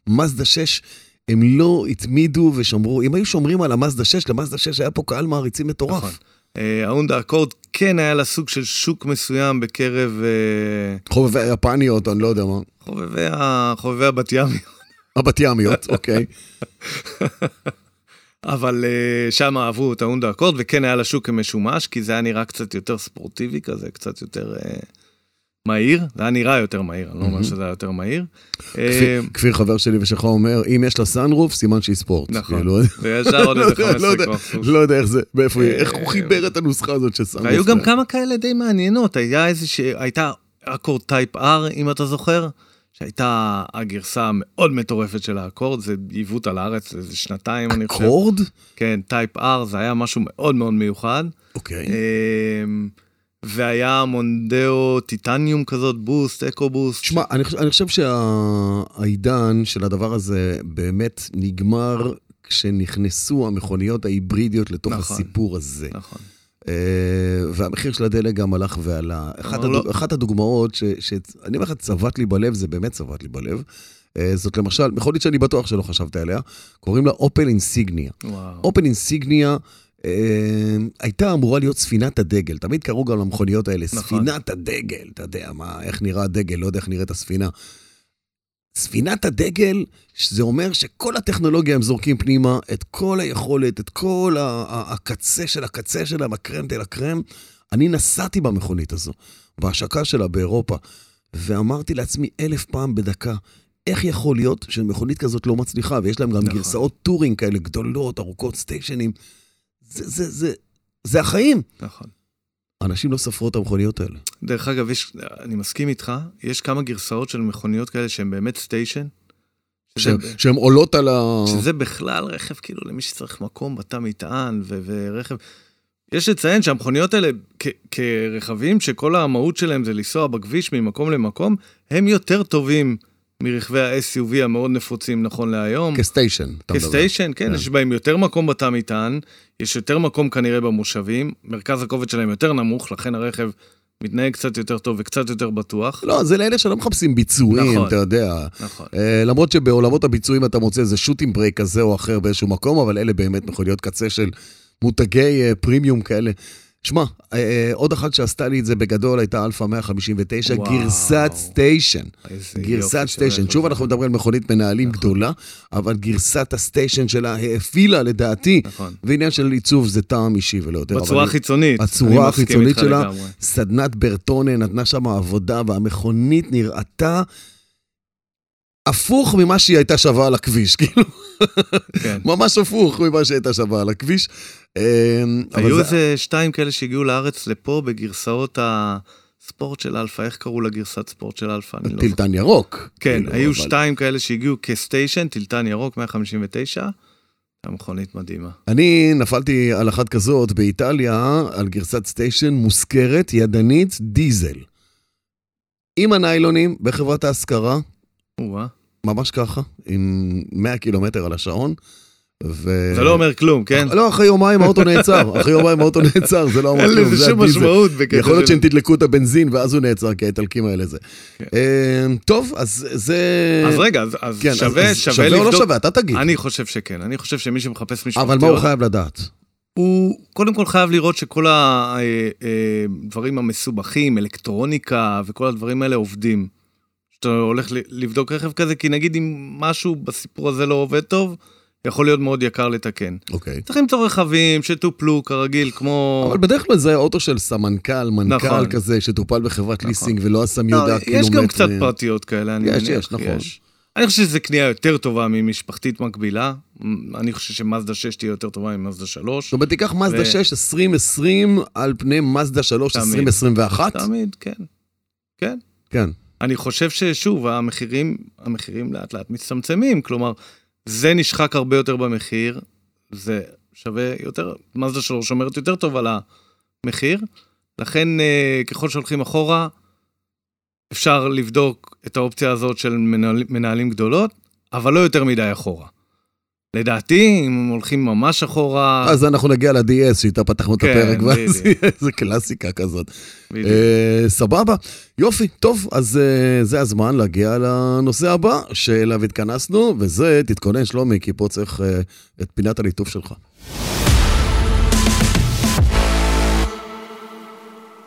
[SPEAKER 1] מזדה 6, הם לא התמידו ושמרו, אם היו שומרים על המזדה 6, למזדה 6 היה פה קהל מעריצים מטורף.
[SPEAKER 2] נכון. אה, ההונדה אקורד כן היה לה סוג של שוק מסוים בקרב אה,
[SPEAKER 1] חובבי היפניות, אני לא יודע מה.
[SPEAKER 2] חובבי ה- חובבי הבת ימי.
[SPEAKER 1] הבת ימיות, אוקיי.
[SPEAKER 2] אמ, אבל אה, שם אהבו את ההונדה אקורד, וכן היה לה שוק משומש, כי זה היה נראה קצת יותר ספורטיבי כזה, קצת יותר אה, מהיר. זה היה נראה יותר מהיר, אני לא אומר
[SPEAKER 1] מהמם.
[SPEAKER 2] שזה היה יותר מהיר. אה,
[SPEAKER 1] כפיר- כפיר חבר שלי ושלך אומר, אם יש לה סאנרוף, סימן שהיא ספורט.
[SPEAKER 2] נכון.
[SPEAKER 1] כאילו,
[SPEAKER 2] וישר עוד איזה
[SPEAKER 1] לא יודע, לא
[SPEAKER 2] 15
[SPEAKER 1] יודע.
[SPEAKER 2] כוח סוס.
[SPEAKER 1] לא יודע איך זה, מאיפה היא,
[SPEAKER 2] אה,
[SPEAKER 1] איך הוא חיבר את הנוסחה הזאת של סאנרוף.
[SPEAKER 2] והיו גם כמה כאלה די מעניינות, היה איזה ש... הייתה אקורד טייפ R, אם אתה זוכר, שהייתה הגרסה המאוד מטורפת של האקורד, זה ייבאו אותה לארץ איזה שנתיים, אני חושב.
[SPEAKER 1] אקורד?
[SPEAKER 2] כן, טייפ R, זה היה משהו מאוד מאוד מיוחד.
[SPEAKER 1] אוקיי.
[SPEAKER 2] אמ, והיה מונדאו טיטניום כזאת, בוסט, אקו בוסט.
[SPEAKER 1] תשמע, אני, חושב- אני חושב שהעידן של הדבר הזה באמת נגמר כשנכנסו המכוניות ההיברידיות לתוך
[SPEAKER 2] נכון.
[SPEAKER 1] הסיפור הזה.
[SPEAKER 2] נכון.
[SPEAKER 1] אה, והמחיר של הדלק גם הלך ועלה. אחת,
[SPEAKER 2] אבל לא-
[SPEAKER 1] הדוג... אחת הדוגמאות ש- ש- אני אומר לך, צבט לי בלב, זה באמת צבט לי בלב. אה, זאת למשל, מכונית שאני בטוח שלא חשבת עליה, קוראים לה אופל אינסיגניה.
[SPEAKER 2] וואו.
[SPEAKER 1] אופל אינסיגניה אה, הייתה אמורה להיות ספינת הדגל, תמיד קראו גם למכוניות האלה,
[SPEAKER 2] נכון.
[SPEAKER 1] ספינת הדגל, אתה יודע מה, איך נראה הדגל, לא יודע איך נראית הספינה. ספינת הדגל, זה אומר שכל הטכנולוגיה הם זורקים פנימה, את כל היכולת, את כל ה- ה- הקצה של הקצה שלהם, הקרם דה לה קרם. אני נסעתי במכונית הזו, בהשקה שלה באירופה, ואמרתי לעצמי אלף פעם בדקה, איך יכול להיות שמכונית כזאת לא מצליחה, ויש להם גם
[SPEAKER 2] נכון.
[SPEAKER 1] גרסאות טורינג כאלה גדולות, ארוכות, סטיישנים. זה, זה, זה, זה החיים.
[SPEAKER 2] נכון.
[SPEAKER 1] אנשים לא ספרו את המכוניות האלה.
[SPEAKER 2] דרך אגב, יש, אני מסכים איתך, יש כמה גרסאות של מכוניות כאלה שהן באמת סטיישן.
[SPEAKER 1] שהן- שהן עולות על ה...
[SPEAKER 2] שזה בכלל רכב כאילו למי שצריך מקום בתא מטען ו- ורכב. יש לציין שהמכוניות האלה כ- כרכבים שכל המהות שלהם זה לנסוע בכביש ממקום למקום, הם יותר טובים מרכבי ה-SUV המאוד נפוצים נכון להיום.
[SPEAKER 1] כסטיישן. אתה מדבר.
[SPEAKER 2] כסטיישן, כן,
[SPEAKER 1] כן.
[SPEAKER 2] יש בהם יותר מקום בתא מטען, יש יותר מקום כנראה במושבים, מרכז הכובד שלהם יותר נמוך, לכן הרכב מתנהג קצת יותר טוב וקצת יותר בטוח.
[SPEAKER 1] לא, זה לאלה שלא מחפשים ביצועים,
[SPEAKER 2] נכון.
[SPEAKER 1] אתה יודע.
[SPEAKER 2] נכון.
[SPEAKER 1] אה, למרות שבעולמות הביצועים אתה מוצא איזה שוטים ברייק כזה או אחר באיזשהו מקום, אבל אלה באמת מכוניות קצה של מותגי אה, פרימיום כאלה. שמע, אה, אה, עוד אחת שעשתה לי את זה בגדול הייתה אלפא 159,
[SPEAKER 2] וואו.
[SPEAKER 1] גרסת סטיישן.
[SPEAKER 2] איזה יופי
[SPEAKER 1] גרסת
[SPEAKER 2] של נכון.
[SPEAKER 1] סטיישן.
[SPEAKER 2] רכב.
[SPEAKER 1] שוב אנחנו מדברים על מכונית מנהלים גדולה, אבל גרסת הסטיישן שלה האפילה לדעתי,
[SPEAKER 2] נכון.
[SPEAKER 1] ועניין של עיצוב זה טעם אישי ולא יותר. אבל
[SPEAKER 2] בצורה
[SPEAKER 1] אני-
[SPEAKER 2] החיצונית.
[SPEAKER 1] הצורה
[SPEAKER 2] אני מסכים
[SPEAKER 1] החיצונית
[SPEAKER 2] איתך
[SPEAKER 1] שלה,
[SPEAKER 2] לגמרי.
[SPEAKER 1] סדנת ברטונה נתנה שם עבודה, והמכונית נראתה הפוך ממה שהיא הייתה שווה על הכביש, כאילו,
[SPEAKER 2] כן.
[SPEAKER 1] ממש הפוך ממה שהייתה שווה על הכביש. אה, אבל
[SPEAKER 2] היו
[SPEAKER 1] זה-
[SPEAKER 2] איזה שתיים כאלה שהגיעו לארץ לפה בגרסאות הספורט של אלפא, איך קראו לגרסת ספורט של אלפא? אני לא זוכר.
[SPEAKER 1] טילטן ירוק.
[SPEAKER 2] כן,
[SPEAKER 1] כאילו,
[SPEAKER 2] היו
[SPEAKER 1] אבל-
[SPEAKER 2] שתיים כאלה שהגיעו כסטיישן, טילטן ירוק 159, המכונית מדהימה.
[SPEAKER 1] אני נפלתי על אחת כזאת באיטליה, על גרסת סטיישן מושכרת, ידנית, דיזל. עם הניילונים בחברת ההשכרה,
[SPEAKER 2] או-אה.
[SPEAKER 1] ממש ככה, עם 100 קילומטר על השעון. ו...
[SPEAKER 2] זה לא אומר כלום, כן?
[SPEAKER 1] אה. לא, אחרי יומיים האוטו נעצר, אחרי יומיים האוטו נעצר, זה לא אמר
[SPEAKER 2] אין
[SPEAKER 1] כלום,
[SPEAKER 2] לזה
[SPEAKER 1] זה
[SPEAKER 2] שום
[SPEAKER 1] הדיזל.
[SPEAKER 2] משמעות בקטע
[SPEAKER 1] יכול להיות
[SPEAKER 2] של-
[SPEAKER 1] שהם תדלקו את הבנזין ואז הוא נעצר, כי האיטלקים האלה זה.
[SPEAKER 2] כן.
[SPEAKER 1] אה, טוב, אז זה...
[SPEAKER 2] אז רגע, אז- אז
[SPEAKER 1] כן, אז-
[SPEAKER 2] שווה,
[SPEAKER 1] אז
[SPEAKER 2] שווה
[SPEAKER 1] שווה או לא
[SPEAKER 2] לבדוק.
[SPEAKER 1] שווה, אתה תגיד.
[SPEAKER 2] אני חושב שכן, אני חושב שמי שמחפש
[SPEAKER 1] אבל מה הוא
[SPEAKER 2] משפחתיות,
[SPEAKER 1] חייב לדעת?
[SPEAKER 2] הוא קודם כל חייב לראות שכל הדברים המסובכים, אלקטרוניקה וכל הדברים האלה עובדים. שאתה הולך ל- לבדוק רכב כזה, כי נגיד אם משהו בסיפור הזה לא עובד טוב, יכול להיות מאוד יקר לתקן.
[SPEAKER 1] אוקיי.
[SPEAKER 2] צריך למצוא רכבים שטופלו כרגיל, כמו...
[SPEAKER 1] אבל בדרך כלל זה אוטו של סמנכ"ל, מנכ"ל
[SPEAKER 2] נכון.
[SPEAKER 1] כזה, שטופל בחברת
[SPEAKER 2] נכון.
[SPEAKER 1] ליסינג ולא עשה מי
[SPEAKER 2] לא,
[SPEAKER 1] יודע
[SPEAKER 2] יש
[SPEAKER 1] קילומטרים.
[SPEAKER 2] גם קצת פרטיות כאלה, אני
[SPEAKER 1] יש,
[SPEAKER 2] מניח.
[SPEAKER 1] יש, נכון.
[SPEAKER 2] אני חושב שזו קנייה יותר טובה ממשפחתית מקבילה. מ- אני חושב שמאזדה 6 תהיה יותר טובה ממאזדה 3.
[SPEAKER 1] זאת אומרת, תיקח מזדה
[SPEAKER 2] ו-
[SPEAKER 1] 6 2020 על פני מזדה 3
[SPEAKER 2] תמיד.
[SPEAKER 1] 2021.
[SPEAKER 2] תמיד, כן. כן.
[SPEAKER 1] כן.
[SPEAKER 2] אני חושב ששוב, המחירים, המחירים לאט לאט מצטמצמים, כלומר, זה נשחק הרבה יותר במחיר, זה שווה יותר, מזדה שלו שומרת יותר טוב על המחיר, לכן אה, ככל שהולכים אחורה, אפשר לבדוק את האופציה הזאת של מנהל, מנהלים גדולות, אבל לא יותר מדי אחורה. לדעתי, אם הולכים ממש אחורה,
[SPEAKER 1] אז אנחנו נגיע ל-DS, שאיתה פתחנו את
[SPEAKER 2] כן,
[SPEAKER 1] הפרק, ואז
[SPEAKER 2] בדיוק.
[SPEAKER 1] יהיה איזה קלאסיקה כזאת.
[SPEAKER 2] בדיוק.
[SPEAKER 1] אה, סבבה, יופי, טוב, אז אה, זה הזמן להגיע לנושא הבא שאליו התכנסנו, וזה, תתכונן שלומי, כי פה צריך אה, את פינת הליטוף שלך.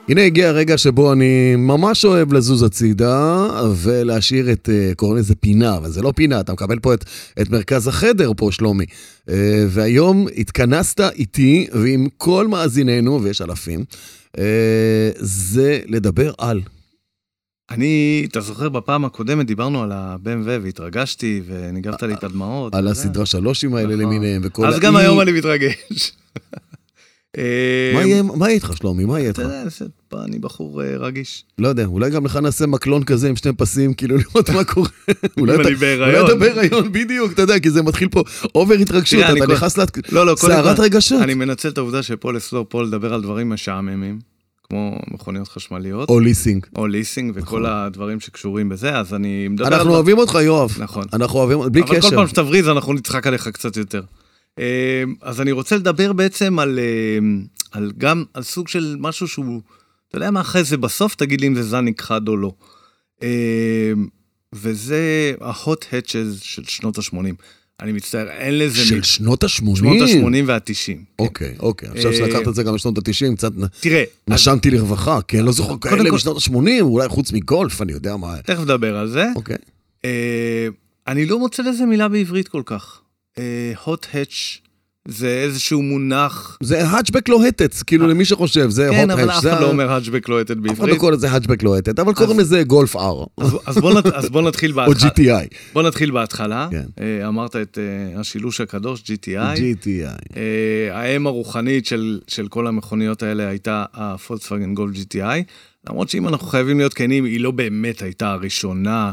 [SPEAKER 1] הנה הגיע הרגע שבו אני ממש אוהב לזוז הצידה ולהשאיר את, אה, קוראים לזה פינה, אבל זה לא פינה, אתה מקבל פה את, את מרכז החדר פה, שלומי. אה, והיום התכנסת איתי ועם כל מאזיננו, ויש אלפים, אה, זה לדבר על.
[SPEAKER 2] אני, אתה זוכר, בפעם הקודמת דיברנו על ה-BMW והתרגשתי, וניגבת לי את הדמעות.
[SPEAKER 1] על
[SPEAKER 2] אתה יודע.
[SPEAKER 1] הסדרה שלושים האלה
[SPEAKER 2] נכון.
[SPEAKER 1] למיניהם, וכל
[SPEAKER 2] אז
[SPEAKER 1] האי-
[SPEAKER 2] גם היום אני מתרגש. אה,
[SPEAKER 1] מה יהיה- מה יהיה איתך, שלומי? מה יהיה איתך?
[SPEAKER 2] אתה יודע, זה- פה אני בחור אה, רגיש.
[SPEAKER 1] לא יודע, אולי גם לך נעשה מקלון כזה עם שני פסים, כאילו לראות מה קורה. אולי
[SPEAKER 2] אם
[SPEAKER 1] אתה-
[SPEAKER 2] אני בהיריון.
[SPEAKER 1] אולי אתה בהיריון, בדיוק, אתה יודע, כי זה מתחיל פה אובר התרגשות,
[SPEAKER 2] תראה, אני
[SPEAKER 1] אתה
[SPEAKER 2] כל-
[SPEAKER 1] נכנס לת...
[SPEAKER 2] לא, לא, קודם
[SPEAKER 1] סערת
[SPEAKER 2] כל,
[SPEAKER 1] רגשות.
[SPEAKER 2] אני מנצל את העובדה שפה לסלור פה לדבר על דברים משעממים, כמו מכוניות חשמליות,
[SPEAKER 1] או ליסינג.
[SPEAKER 2] או ליסינג וכל הדברים שקשורים בזה, אז אני מדבר על...
[SPEAKER 1] אנחנו אוהבים אותך, יואב.
[SPEAKER 2] נכון.
[SPEAKER 1] אנחנו אוהבים, בלי
[SPEAKER 2] לא, אבל כל
[SPEAKER 1] קשר.
[SPEAKER 2] פעם שתבריז אנחנו נצחק עליך קצת יותר. אה, אז אני רוצה לדבר בעצם על, אה, על גם על סוג של משהו שהוא, אתה יודע מה אחרי זה בסוף תגיד לי אם זה זן נכחד או לא. אה, וזה ה-hot hatches של שנות ה-80. אני מצטער, אין לזה
[SPEAKER 1] של
[SPEAKER 2] מי-
[SPEAKER 1] שנות ה-80.
[SPEAKER 2] שנות ה-80 וה-90.
[SPEAKER 1] אוקיי, אוקיי. עכשיו
[SPEAKER 2] אה,
[SPEAKER 1] שלקחת את זה גם לשנות ה-90, קצת נ-
[SPEAKER 2] תראה, אז
[SPEAKER 1] נשמתי לרווחה, כי אני לא זוכר
[SPEAKER 2] קודם
[SPEAKER 1] כאלה
[SPEAKER 2] כל-
[SPEAKER 1] משנות ה-80, אולי חוץ מגולף, אני יודע מה.
[SPEAKER 2] תכף נדבר על זה.
[SPEAKER 1] אוקיי.
[SPEAKER 2] אה, אני לא מוצא לזה מילה בעברית כל כך. אה, hot hatch זה איזשהו מונח
[SPEAKER 1] זה האצ'בק לוהטת, כאילו למי שחושב, זה
[SPEAKER 2] כן,
[SPEAKER 1] hot
[SPEAKER 2] אבל
[SPEAKER 1] hatch,
[SPEAKER 2] אף
[SPEAKER 1] זה
[SPEAKER 2] אחד
[SPEAKER 1] ה-
[SPEAKER 2] לא אומר האג'בק לוהטת
[SPEAKER 1] אף אחד לא
[SPEAKER 2] בעברית.
[SPEAKER 1] קורא לזה האצ'בק לוהטת, אבל קוראים לזה גולף R,
[SPEAKER 2] אז- אז בוא נת- אז אה, בוא נתחיל
[SPEAKER 1] או
[SPEAKER 2] בהתחלה.
[SPEAKER 1] GTI.
[SPEAKER 2] בוא נתחיל בהתחלה.
[SPEAKER 1] כן.
[SPEAKER 2] אה, אמרת את אה, השילוש הקדוש, GTI.
[SPEAKER 1] GTI.
[SPEAKER 2] אה, האם הרוחנית של, של כל המכוניות האלה הייתה הפולקסווגן גולד GTI, למרות שאם אנחנו חייבים להיות כנים, היא לא באמת הייתה הראשונה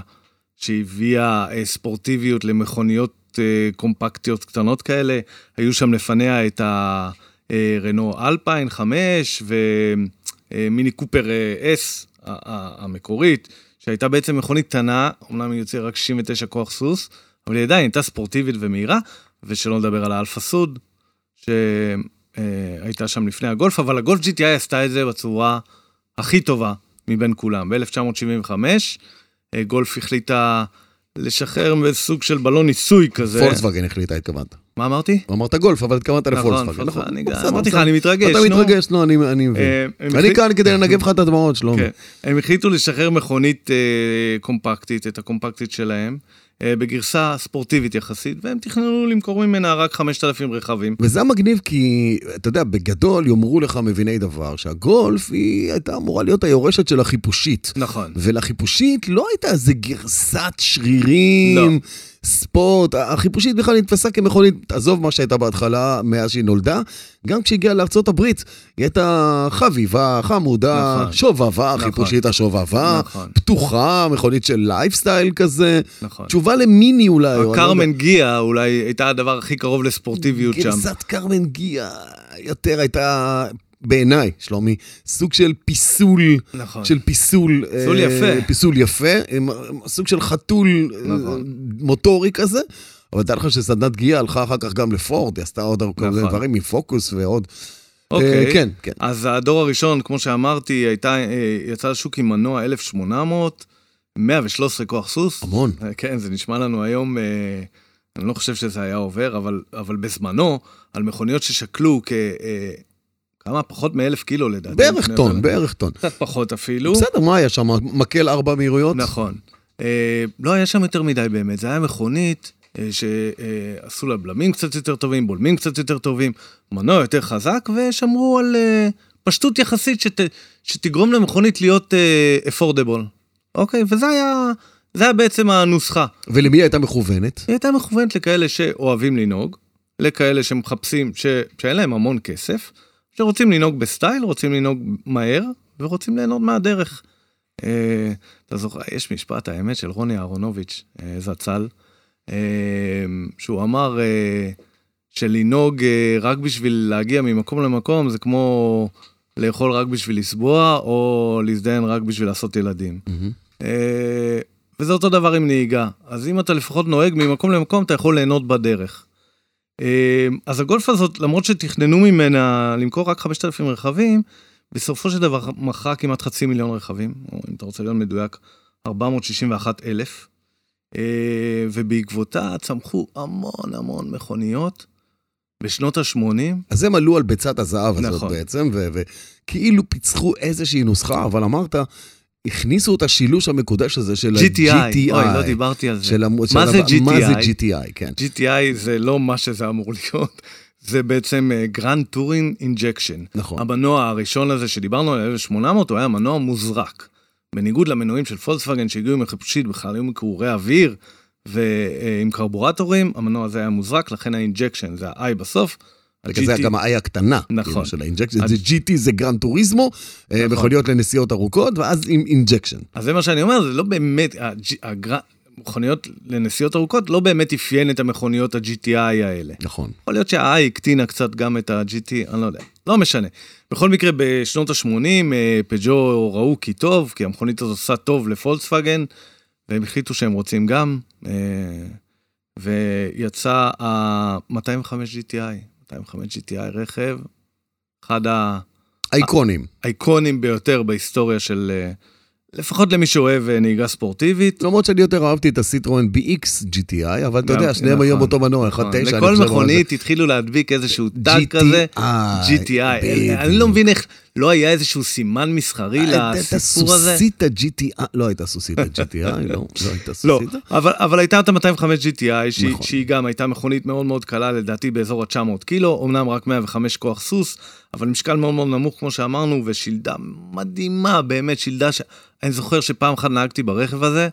[SPEAKER 2] שהביאה אה, ספורטיביות למכוניות אה, קומפקטיות קטנות כאלה. היו שם לפניה את אה, הרנו אלפיין 5 ומיני קופר אה, S ה- ה- המקורית, שהייתה בעצם מכונית קטנה, אמנם היא יוצאה רק 69 כוח סוס, אבל היא עדיין הייתה ספורטיבית ומהירה, ושלא לדבר על האלפה סוד, שהייתה שם לפני הגולף, אבל הגולף GTI עשתה את זה בצורה הכי טובה מבין כולם. ב-1975, אה, גולף החליטה לשחרר בסוג של בלון ניסוי כזה.
[SPEAKER 1] פולקסווגן החליטה, התכוונת.
[SPEAKER 2] מה אמרתי?
[SPEAKER 1] אמרת גולף, אבל התכוונת לפולקסווגן.
[SPEAKER 2] פולקסווגן.
[SPEAKER 1] נכון,
[SPEAKER 2] אני-
[SPEAKER 1] בסדר,
[SPEAKER 2] אמרתי לך,
[SPEAKER 1] בסדר.
[SPEAKER 2] אני מתרגש,
[SPEAKER 1] אתה
[SPEAKER 2] נו.
[SPEAKER 1] מתרגש, נו, אני אני מבין.
[SPEAKER 2] אה, הם
[SPEAKER 1] אני
[SPEAKER 2] החליט-
[SPEAKER 1] כאן כדי לנגב לך את הדמעות, שלום.
[SPEAKER 2] כן. הם החליטו לשחרר מכונית אה, קומפקטית, את הקומפקטית שלהם, אה, בגרסה ספורטיבית יחסית, והם תכננו למכור ממנה רק 5,000 רכבים.
[SPEAKER 1] וזה המגניב כי, אתה יודע, בגדול יאמרו לך מביני דבר, שהגולף היא הייתה אמורה להיות היורשת של החיפושית.
[SPEAKER 2] נכון.
[SPEAKER 1] ולחיפושית לא הייתה איזה גרסת שרירים,
[SPEAKER 2] לא.
[SPEAKER 1] ספורט, החיפושית בכלל נתפסה כמכונית, תעזוב מה שהייתה בהתחלה מאז שהיא נולדה, גם כשהגיעה לארצות הברית, היא הייתה חביבה, חמודה,
[SPEAKER 2] נכון.
[SPEAKER 1] שובבה,
[SPEAKER 2] נכון.
[SPEAKER 1] חיפושית השובבה,
[SPEAKER 2] נכון.
[SPEAKER 1] פתוחה, מכונית של לייפסטייל כזה,
[SPEAKER 2] נכון.
[SPEAKER 1] תשובה למיני אולי. או אני לא יודע.
[SPEAKER 2] הקרמן גיה אולי הייתה הדבר הכי קרוב לספורטיביות שם.
[SPEAKER 1] גרסת קרמן גיה יותר הייתה, בעיניי, שלומי, סוג של פיסול.
[SPEAKER 2] נכון.
[SPEAKER 1] של פיסול,
[SPEAKER 2] פיסול
[SPEAKER 1] אה,
[SPEAKER 2] יפה.
[SPEAKER 1] פיסול יפה, עם- עם סוג של חתול אה,
[SPEAKER 2] נכון.
[SPEAKER 1] מוטורי כזה. אבל תדע לך שסדנת גיאה הלכה אחר כך גם לפורד, היא עשתה עוד הרבה
[SPEAKER 2] נכון.
[SPEAKER 1] דברים מפוקוס ועוד.
[SPEAKER 2] אוקיי.
[SPEAKER 1] אה, כן, כן.
[SPEAKER 2] אז הדור הראשון, כמו שאמרתי, הייתה, אה, יצא לשוק עם מנוע 1800, 113 כוח סוס.
[SPEAKER 1] המון.
[SPEAKER 2] אה, כן, זה נשמע לנו היום, אה, אני לא חושב שזה היה עובר, אבל, אבל בזמנו, על מכוניות ששקלו כ... אה, כמה? פחות מאלף קילו לדעתי.
[SPEAKER 1] בערך
[SPEAKER 2] לפני
[SPEAKER 1] טון,
[SPEAKER 2] יותר-
[SPEAKER 1] בערך טון.
[SPEAKER 2] קצת פחות אפילו.
[SPEAKER 1] בסדר, מה היה שם? מקל ארבע מהירויות?
[SPEAKER 2] נכון. אה, לא היה שם יותר מדי באמת, זה היה מכונית אה, שעשו לה בלמים קצת יותר טובים, בולמים קצת יותר טובים, מנוע יותר חזק, ושמרו על אה, פשטות יחסית שת, שתגרום למכונית להיות אפורדבול. אוקיי, וזה היה, זה היה בעצם הנוסחה.
[SPEAKER 1] ולמי היא הייתה מכוונת?
[SPEAKER 2] היא הייתה מכוונת לכאלה שאוהבים לנהוג, לכאלה שמחפשים, ש... שאין להם המון כסף, שרוצים לנהוג בסטייל, רוצים לנהוג מהר, ורוצים ליהנות מהדרך. אה, אתה זוכר, יש משפט, האמת, של רוני אהרונוביץ', אה, זצ"ל, אה, שהוא אמר אה, שלנהוג אה, רק בשביל להגיע ממקום למקום זה כמו לאכול רק בשביל לסבוע, או להזדיין רק בשביל לעשות ילדים. אה, וזה אותו דבר עם נהיגה. אז אם אתה לפחות נוהג ממקום למקום, אתה יכול ליהנות בדרך. אה, אז הגולף הזאת, למרות שתכננו ממנה למכור רק 5,000 רכבים, בסופו של דבר מכרה כמעט חצי מיליון רכבים, או אם אתה רוצה להיות מדויק, 461 אלף. אה, ובעקבותה צמחו המון המון מכוניות. בשנות ה-80,
[SPEAKER 1] אז הם עלו על ביצת הזהב הזאת
[SPEAKER 2] נכון.
[SPEAKER 1] בעצם, ו- וכאילו פיצחו איזושהי נוסחה, אבל אמרת, הכניסו את השילוש המקודש הזה של
[SPEAKER 2] GTI,
[SPEAKER 1] ה-GTI.
[SPEAKER 2] אוי, לא דיברתי על זה.
[SPEAKER 1] של המ... של
[SPEAKER 2] מה זה
[SPEAKER 1] ה- מה זה
[SPEAKER 2] GTI?
[SPEAKER 1] GTI, כן.
[SPEAKER 2] GTI זה לא מה שזה אמור להיות, זה בעצם אה, גרנד טורין אינג'קשן.
[SPEAKER 1] נכון.
[SPEAKER 2] המנוע הראשון הזה שדיברנו עליו, 1800, הוא היה מנוע מוזרק. בניגוד למנועים של פולקסווגן שהגיעו מחיפושית, בכלל היו מקעורי אוויר ועם קרבורטורים, המנוע הזה היה מוזרק, לכן האינג'קשן זה ה-I בסוף.
[SPEAKER 1] בגלל זה
[SPEAKER 2] ה-GT
[SPEAKER 1] גם ה-I הקטנה,
[SPEAKER 2] נכון.
[SPEAKER 1] כאילו, של האינג'קשן,
[SPEAKER 2] אז-
[SPEAKER 1] זה GT זה גרנד טוריזמו, אה, מכוניות לנסיעות ארוכות, ואז עם אינג'קשן.
[SPEAKER 2] אז זה מה שאני אומר, זה לא באמת, המכוניות לנסיעות ארוכות לא באמת אפיין את המכוניות ה-GTI האלה.
[SPEAKER 1] נכון.
[SPEAKER 2] יכול להיות שה-I הקטינה קצת גם את ה-GT, אני לא יודע, לא משנה. בכל מקרה, בשנות ה-80, פג'ו ראו כי טוב, כי המכונית הזאת עושה טוב לפולקסווגן, והם החליטו שהם רוצים גם, אה, ויצא ה-205 GTI, 205 GTI רכב, אחד
[SPEAKER 1] אייקונים.
[SPEAKER 2] האייקונים ביותר בהיסטוריה של, אה, לפחות למי שאוהב אה, נהיגה ספורטיבית.
[SPEAKER 1] למרות שאני יותר אהבתי את הסיטרואן BX GTI, אבל אתה
[SPEAKER 2] גם-
[SPEAKER 1] יודע, שניהם
[SPEAKER 2] נכון,
[SPEAKER 1] היום אותו מנוע, 1.9. אני חושב,
[SPEAKER 2] לכל
[SPEAKER 1] אבל זה-
[SPEAKER 2] מכונית התחילו להדביק איזשהו טאג
[SPEAKER 1] GTI,
[SPEAKER 2] כזה. GTI.
[SPEAKER 1] בדיוק.
[SPEAKER 2] אני לא מבין איך לא היה איזשהו סימן מסחרי
[SPEAKER 1] הייתה
[SPEAKER 2] לסיפור הזה.
[SPEAKER 1] סוסית ה-GTI, לא הייתה סוסית ה-GTI, לא, לא הייתה
[SPEAKER 2] לא,
[SPEAKER 1] סוסית.
[SPEAKER 2] אבל, אבל הייתה את ה-205 GTI, שהיא,
[SPEAKER 1] נכון.
[SPEAKER 2] שהיא גם הייתה מכונית מאוד מאוד קלה, לדעתי באזור ה-900 קילו, אמנם רק 105 כוח סוס, אבל משקל מאוד מאוד נמוך, כמו שאמרנו, ושילדה מדהימה, באמת שילדה ש... אני זוכר שפעם אחת נהגתי ברכב הזה,